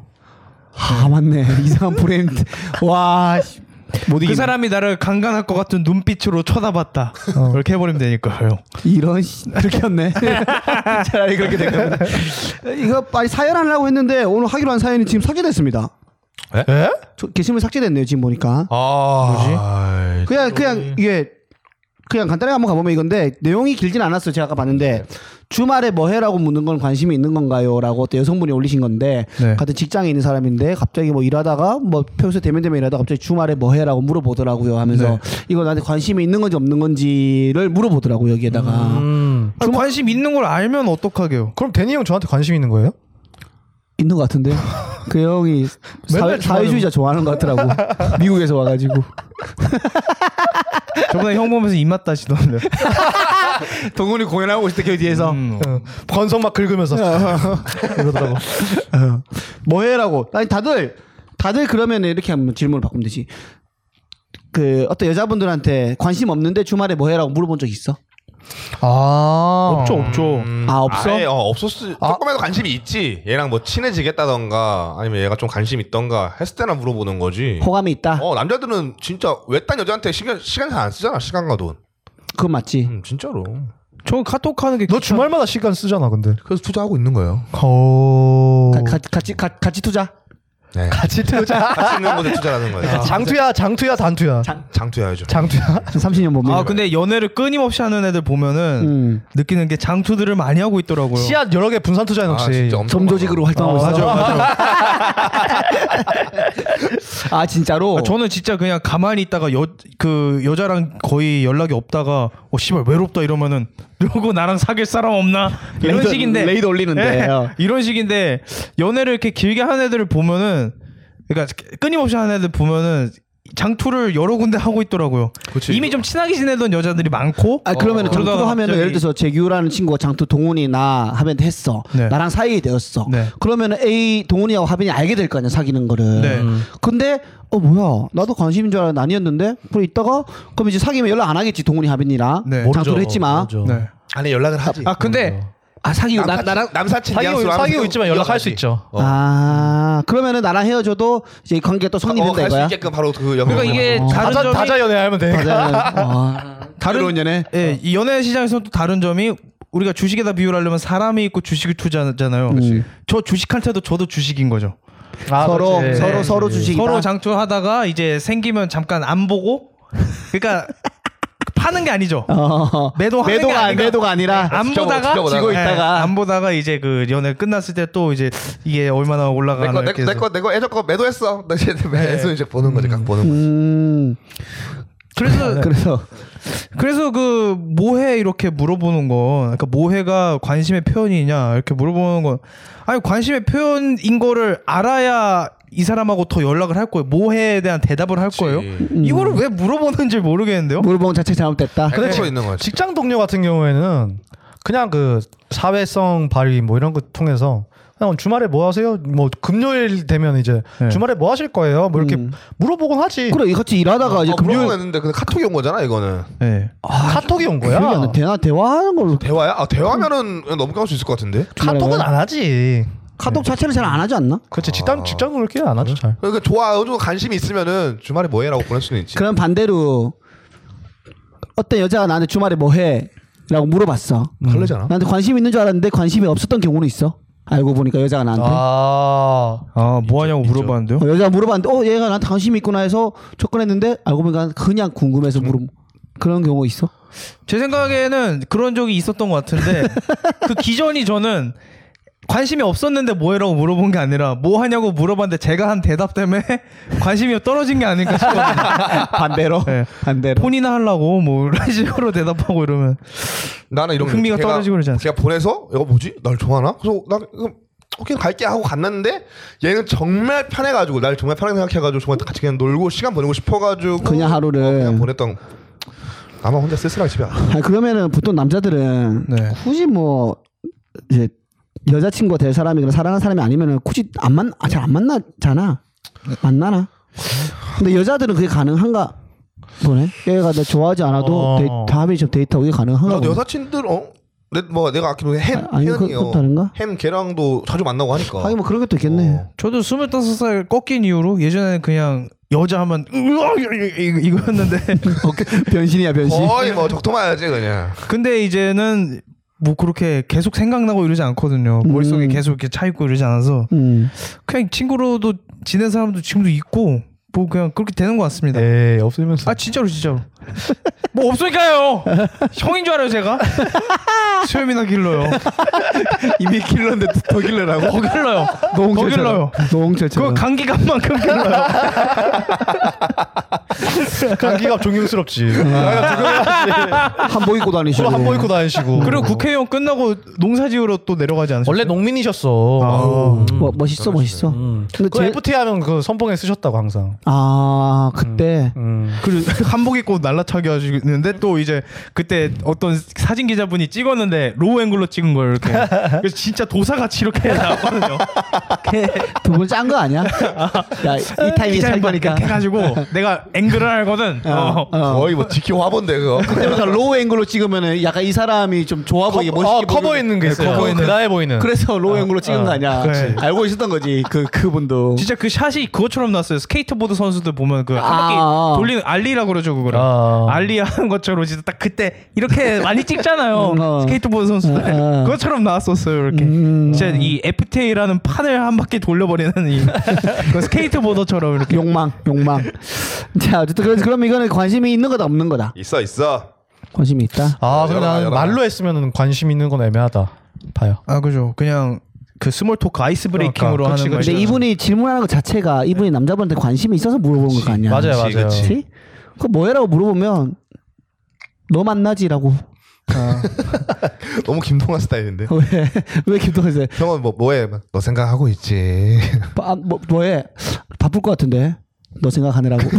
A: 아 맞네. *laughs* 이상한 브랜드. 와. 씨. 못
B: 그
A: 이기네.
B: 사람이 나를 강간할 것 같은 눈빛으로 쳐다봤다. 이렇게 해버리면 되니까요.
A: 이런 씨, 들켰네. *laughs* 차라리 그렇게 됐거든. *laughs* 이거 빨리 사연하려고 했는데 오늘 하기로 한 사연이 지금 삭제됐습니다.
E: 예?
A: 저 게시물 삭제됐네요 지금 보니까.
C: 아, 뭐지?
E: 음.
A: 그냥 그냥 이게 그냥 간단하게 한번 가보면 이건데 내용이 길진 않았어요. 제가 아까
E: 네.
A: 봤는데 주말에 뭐 해라고 묻는 건 관심이 있는 건가요?라고 어떤 여성분이 올리신 건데
B: 네.
A: 같은 직장에 있는 사람인데 갑자기 뭐 일하다가 뭐 평소에 대면 대면 일하다 가 갑자기 주말에 뭐 해라고 물어보더라고요. 하면서
E: 네.
A: 이거 나한테 관심이 있는 건지 없는 건지를 물어보더라고요. 여기에다가
E: 음.
B: 아, 관심 있는 걸 알면 어떡하게요?
E: 그럼 데니 형 저한테 관심 있는 거예요?
A: 있는 것
E: *laughs*
A: 같은데 그 형이 사회,
E: 맨날 주말에
A: 사회주의자 좋아하는 것
E: *laughs*
A: 같더라고 미국에서 와가지고
B: 저번에 형 보면서 입맛 따시던데.
A: 동훈이 공연하고 있을 때 그 뒤에서
B: 음. 네.
E: 어. 건성 막 긁으면서
B: 아.
E: *laughs* 이러더라고.
A: 어. 뭐해라고 아니 다들 다들 그러면 이렇게 한번 질문을 바꾸면 되지 그 어떤 여자분들한테 관심 없는데 주말에 뭐해라고 물어본 적 있어?
E: 아
B: 없죠, 없죠.
A: 아, 없어?
C: 아예, 어, 없었을 조금이라도 관심이 있지. 얘랑 뭐 친해지겠다던가 아니면 얘가 좀 관심 있던가 했을 때나 물어보는 거지.
A: 호감이 있다.
C: 어 남자들은 진짜 외딴 여자한테 시간 시간 잘 안 쓰잖아 시간과 돈.
A: 그건 맞지.
C: 음 진짜로.
B: 저 카톡 하는 게.
E: 너
B: 귀찮-
E: 주말마다 시간 쓰잖아 근데.
C: 그래서 투자하고 있는 거예요.
E: 어.
A: 가- 가- 같이 가- 같이 투자.
C: 네.
B: 아,
E: 같이 투자.
C: 같이 있는 곳에 투자하는 거예요.
E: 장투야 장투야 단투야.
A: 장-
C: 장투야죠.
E: 장투야.
A: 30년 못
B: 아
C: 네.
A: 먹는.
B: 근데 연애를 끊임없이 하는 애들 보면은
A: 음.
B: 느끼는 게 장투들을 많이 하고 있더라고요.
E: 씨앗 여러 개 분산 투자해
C: 아,
E: 혹시.
C: 진짜 엄청
A: 점조직으로 활동하고
E: 어,
A: 있어.
E: 맞아,
A: 아 진짜로.
B: 아, 저는 진짜 그냥 가만히 있다가 여 그 여자랑 거의 연락이 없다가 어 씨발 외롭다 이러면은 누구 나랑 사귈 사람 없나 이런
A: 레이더-
B: 식인데
A: 레이더 올리는데.
B: 예,
A: 어.
B: 이런 식인데 연애를 이렇게 길게 하는 애들을 보면은 그러니까 끊임없이 하는 애들 보면은 장투를 여러 군데 하고 있더라고요.
C: 그치.
B: 이미 좀 친하게 지내던 여자들이 많고
A: 아 그러면 은 장투
B: 어, 그러다가
A: 하면은
B: 갑자기-
A: 예를 들어서 재규라는 친구가 장투 동훈이 나 하면 했어
B: 네.
A: 나랑 사귀게 되었어
B: 네.
A: 그러면은 A 동훈이하고 하빈이 알게 될 거 아니야 사귀는 거를
B: 네. 음.
A: 근데 어 뭐야 나도 관심인 줄 알았는데 아니었는데 그럼 이따가 그럼 이제 사귀면 연락 안 하겠지 동훈이 하빈이랑
B: 네.
C: 뭐
A: 장투를 했지만
B: 네.
C: 아니 연락을 하지.
B: 아 근데
A: 아 사귀고 나,
C: 남사친,
A: 나랑
C: 남사친
E: 사귀고,
C: 뉘앙스로
E: 사귀고
C: 하면서
E: 있지만 연락할
C: 이어가지.
E: 수 있죠.
C: 어.
A: 아 그러면은 나랑 헤어져도 이제 관계 또 성립된다
C: 어, 갈수
A: 이거야
C: 있게끔 바로 그 연락.
B: 그러니까 이게
A: 어.
B: 다른
E: 다자
B: 점이
E: 다자 연애하면 되니까.
C: 네.
A: 맞아요 어.
C: *laughs*
A: 와.
B: 다른
A: 연애
B: 예, 이 연애 시장에서 또 다른 점이 우리가 주식에다 비유를 하려면 사람이 있고 주식을 투자하잖아요. 저 주식한테도 저도 주식인 거죠.
E: 아,
A: 서로
E: 그렇지. 예,
A: 서로 서로 주식이다
B: 서로 장투하다가 이제 생기면 잠깐 안 보고 그러니까 *laughs* 파는 게 아니죠.
A: 어,
B: 매도하는 게
A: 매도가
B: 아니라-
A: 매도가 아니라
B: 안
C: 지켜보다,
B: 보다가
C: 지켜보다가.
A: 지고 있다가.
B: 예, 안 보다가 이제 그 연애 끝났을 때 또 이제 이게 얼마나 올라가나
C: 내거
B: 이렇게
C: 내거
B: 해서.
C: 내거 내거 애저 거 매도했어. *laughs* 나 이제 매수 이제 보는 거지. 각 보는 거지.
A: 음
B: 그래서
A: 그래서
B: 그래서 그 뭐해 이렇게 물어보는 건 그러니까 뭐해가 관심의 표현이냐 이렇게 물어보는 건 아니 관심의 표현인 거를 알아야 이 사람하고 더 연락을 할 거예요. 뭐해에 대한 대답을 할 거예요. 이거를 왜 물어보는지 모르겠는데요.
A: 물봉 자체 잘못됐다
C: 근데 지 있는 거지.
E: 직장 동료 같은 경우에는 그냥 그 사회성 발휘 뭐 이런 거 통해서 그냥 주말에 뭐 하세요? 뭐 금요일 되면 이제
B: 네.
E: 주말에 뭐 하실 거예요? 뭐 이렇게 물어보곤 하지.
A: 그래 같이 일하다가 이제
C: 어, 금요일
A: 금요일
C: 했는데 근데 카톡이 온 거잖아 이거는.
B: 네.
E: 카톡이 온 거야.
A: 기억이 안 나. 그러니까 대화 대화하는 걸로
C: 대화야? 아 대화면은 넘어갈 수 있을 것 같은데.
E: 카톡은 안 하지.
A: 카톡 자체를 잘 안 하지 않나?
E: 그렇지. 직장 직장 동료끼리 안 하죠 잘.
C: 그러니까 좋아 어느 정도 관심이 있으면은 주말에 뭐해라고 보낼 수는 있지.
A: 그럼 반대로 어떤 여자가 나한테 주말에 뭐 해? 라고 물어봤어.
C: 설레잖아.
A: 나한테 관심 있는 줄 알았는데 관심이 없었던 경우는 있어. 알고 보니까 여자가 나한테
E: 아.
B: 아 뭐하냐고 물어봤는데요.
A: 어, 여자가 물어봤는데 어 얘가 나한테 관심이 있구나 해서 접근했는데 알고 보니까 그냥 궁금해서 물음 그런 경우 있어?
B: 제 생각에는 그런 적이 있었던 것 같은데 그 기전이 저는 관심이 없었는데 뭐해라고 물어본 게 아니라 뭐 하냐고 물어봤는데 제가 한 대답 때문에 *laughs* 관심이 떨어진 게 아닐까 싶어요.
A: 반대로
B: 네.
A: *laughs* 반대로
B: 폰이나 하려고 뭐 이런 *laughs* 식으로 대답하고 이러면
C: 나는 이런
B: 흥미가 떨어지고 그러지 않습니까?
C: 제가 보내서 이거 뭐지? 날 좋아하나? 그래서 나 그럼 오케이 갈게 하고 갔는데 얘는 정말 편해가지고 날 정말 편하게 생각해가지고 정말 같이 그냥 놀고 시간 보내고 싶어가지고
A: 그냥 예. 하루를
C: 그냥 보냈던 아마 혼자 쓸쓸하게 집에 안
A: 아니, 그러면은 보통 남자들은
B: 네.
A: 굳이 뭐 이제 여자친구가 될 사람이 그런 사랑하는 사람이 아니면은 굳이 안 만, 아, 잘 안 만나잖아. 만나나? 근데 여자들은 그게 가능한가 보네. 얘가 나 좋아하지 않아도
E: 어.
A: 데이, 다음에 좀 데이트하고 이게 가능한가
C: 나도
A: 보네.
C: 여사친들 어? 내, 뭐 내가 아끼는 햄
A: 아, 아니, 그-
C: 혜연이요.
A: 그건 다른가?
C: 햄 걔랑도 자주 만나고 하니까.
A: 하긴 뭐 그런 것도 있겠네. *laughs*
C: 어.
B: 저도 25살 꺾인 이후로 예전에는 그냥 여자 하면 으아, 이거- 이거였는데 *laughs*
A: 변신이야 변신.
C: 거의 뭐 적토마야지 그냥.
B: 근데 이제는 뭐 그렇게 계속 생각나고 이러지 않거든요.
A: 음.
B: 머릿속에 계속 이렇게 차 있고 이러지 않아서
A: 음.
B: 그냥 친구로도 지낸 사람도 지금도 있고 뭐 그냥 그렇게 되는 것 같습니다.
E: 에이 네, 없으면서
B: 아 진짜로 진짜로 뭐 없으니까요 형인 줄 알아요 제가 수염이나 길러요
A: 이미 길러인데 더 길러라고.
B: 더 길러요 더 길러요
A: *laughs* 노홍철처럼.
B: 그거
A: 노홍철처럼.
B: 감기감만큼 길러요
E: 감기가 존경스럽지.
A: 한복 입고 다니시고.
E: 주로 한복 입고 다니시고.
B: 그리고 국회의원 끝나고 농사지으러 또 내려가지 않으세요?
E: 원래 농민이셨어.
B: 아.
E: 음.
A: 뭐, 멋있어 멋있어.
E: 음.
A: 근데
E: 그
A: 제-
E: FT 하면 그 선봉에 쓰셨다고 항상.
A: 아 그때
E: 음.
B: 그리고 *laughs* 한복 입고 날라차게 하시는데 또 이제 그때 어떤 사진 기자분이 찍었는데 로우 앵글로 찍은 걸 이렇게 그래서 진짜 도사같이 이렇게 나왔거든요.
A: 두 분 짠 거 아니야?
B: 아,
A: 야이 타이밍에 잘 거니까.
B: 해가지고 내가 앵글을 알거든. 어.
A: 어.
C: 거의 뭐 지키고 화본데 그거. *laughs*
A: 약간 로우 앵글로 찍으면은 약간 이 사람이 좀 좋아 보이게 멋있게
E: 어, 커버
A: 보이는-
E: 있는 게 있어요.
A: 커버 있는.
E: 그다에 보이는.
A: 그래서 로우 앵글로 찍은 거 아니야?
B: 그래.
A: 알고 있었던 거지 그 그분도.
B: 진짜 그 샷이 그것처럼 났어요. 스케이트보드 선수들 보면 그
A: 아,
B: 한바퀴
A: 아.
B: 돌리는 알리라고 그러죠 그거를.
E: 아.
B: 알리 하는 것처럼 진짜 딱 그때
A: *laughs*
B: 이렇게 많이 찍잖아요.
A: 음, 어.
B: 스케이트보드 선수들
A: 어, 어.
B: 그것처럼 나왔었어요 이렇게.
A: 음.
B: 진짜 이 FTA라는 판을 한 바퀴 돌려버리는
A: *laughs*
B: 이 그 스케이트보더처럼 이렇게.
A: 욕망, 욕망. 자, 어쨌든 그래서 그럼 이거는 관심이 있는 거다 없는 거다.
C: 있어 있어.
A: 관심이 있다.
E: 아, 근데
C: 열어라,
E: 나는
C: 열어라.
E: 말로 했으면 관심 있는 건 애매하다. 봐요.
B: 아 그죠. 그냥 그 스몰 토크 아이스 브레이킹으로
E: 그러니까,
B: 하는
E: 그치,
A: 근데
B: 거죠.
A: 이분이 질문하는 것 자체가 이분이 남자분한테 관심이 있어서 물어보는 거 아니야?
E: 맞아요,
C: 그치,
E: 맞아요.
C: 그치.
A: 그치? 그 뭐해라고 물어보면 너 만나지라고. *laughs*
C: 너무 김동완 스타일인데.
A: 왜? 왜 김동현 씨?
C: 형은 뭐 뭐해? 막너 생각하고 있지.
A: 아, 뭐, 뭐해? 바쁠 것 같은데. 너 생각하느라고. *laughs*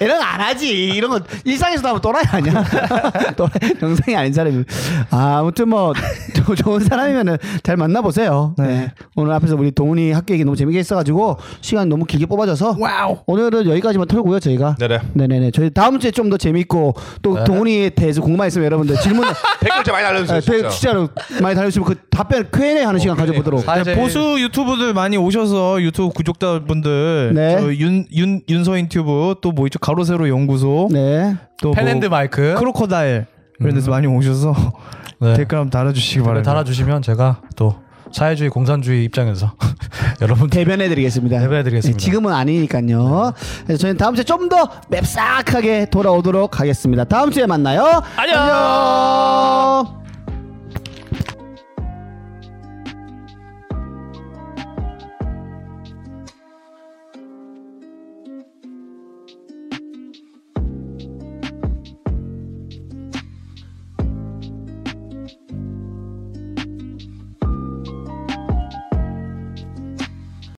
A: 이런 거 안 하지. 이런 건 일상에서도 하면 또라이 아니야. *laughs* 또라이 영상이 아닌 사람이. 아, 아무튼 뭐 저- 좋은 사람이면은 잘 만나보세요. 네. 오늘 앞에서 우리 동훈이 학교 얘기 너무 재밌게 했어가지고 시간 너무 길게 뽑아져서
B: 와우.
A: 오늘은 여기까지만 털고요 저희가.
C: 네네.
A: 네네네. 네. 저희 다음 주에 좀 더 재밌고 또 동훈이에 대해서 궁금한 있으면 여러분들 *laughs* 질문
C: 댓글 좀 많이 알려주세요.
A: 아,
C: 진짜.
A: 되- 진짜로 많이 달려주시면 그 답변 Q&A 하는 시간 가져보도록.
B: 네, 보수 유튜브들 많이 오셔서 유튜브 구독자분들
A: 네.
B: 저 윤, 윤, 윤서인 튜브 또 뭐 있죠 가로세로 연구소
A: 네.
B: 또뭐
E: 팬앤드 마이크
B: 크로커다일 이런 데서 많이 오셔서
E: 음. 네.
B: 댓글 한번 달아주시기
E: 댓글
B: 바랍니다
E: 달아주시면 제가 또 사회주의 공산주의 입장에서 *laughs* 여러분들
A: 대변해드리겠습니다.
E: 대변해드리겠습니다.
A: 네, 지금은 아니니까요. 그래서 저희는 다음 주에 좀 더 맵싹하게 돌아오도록 하겠습니다. 다음 주에 만나요.
E: 안녕.
A: 안녕.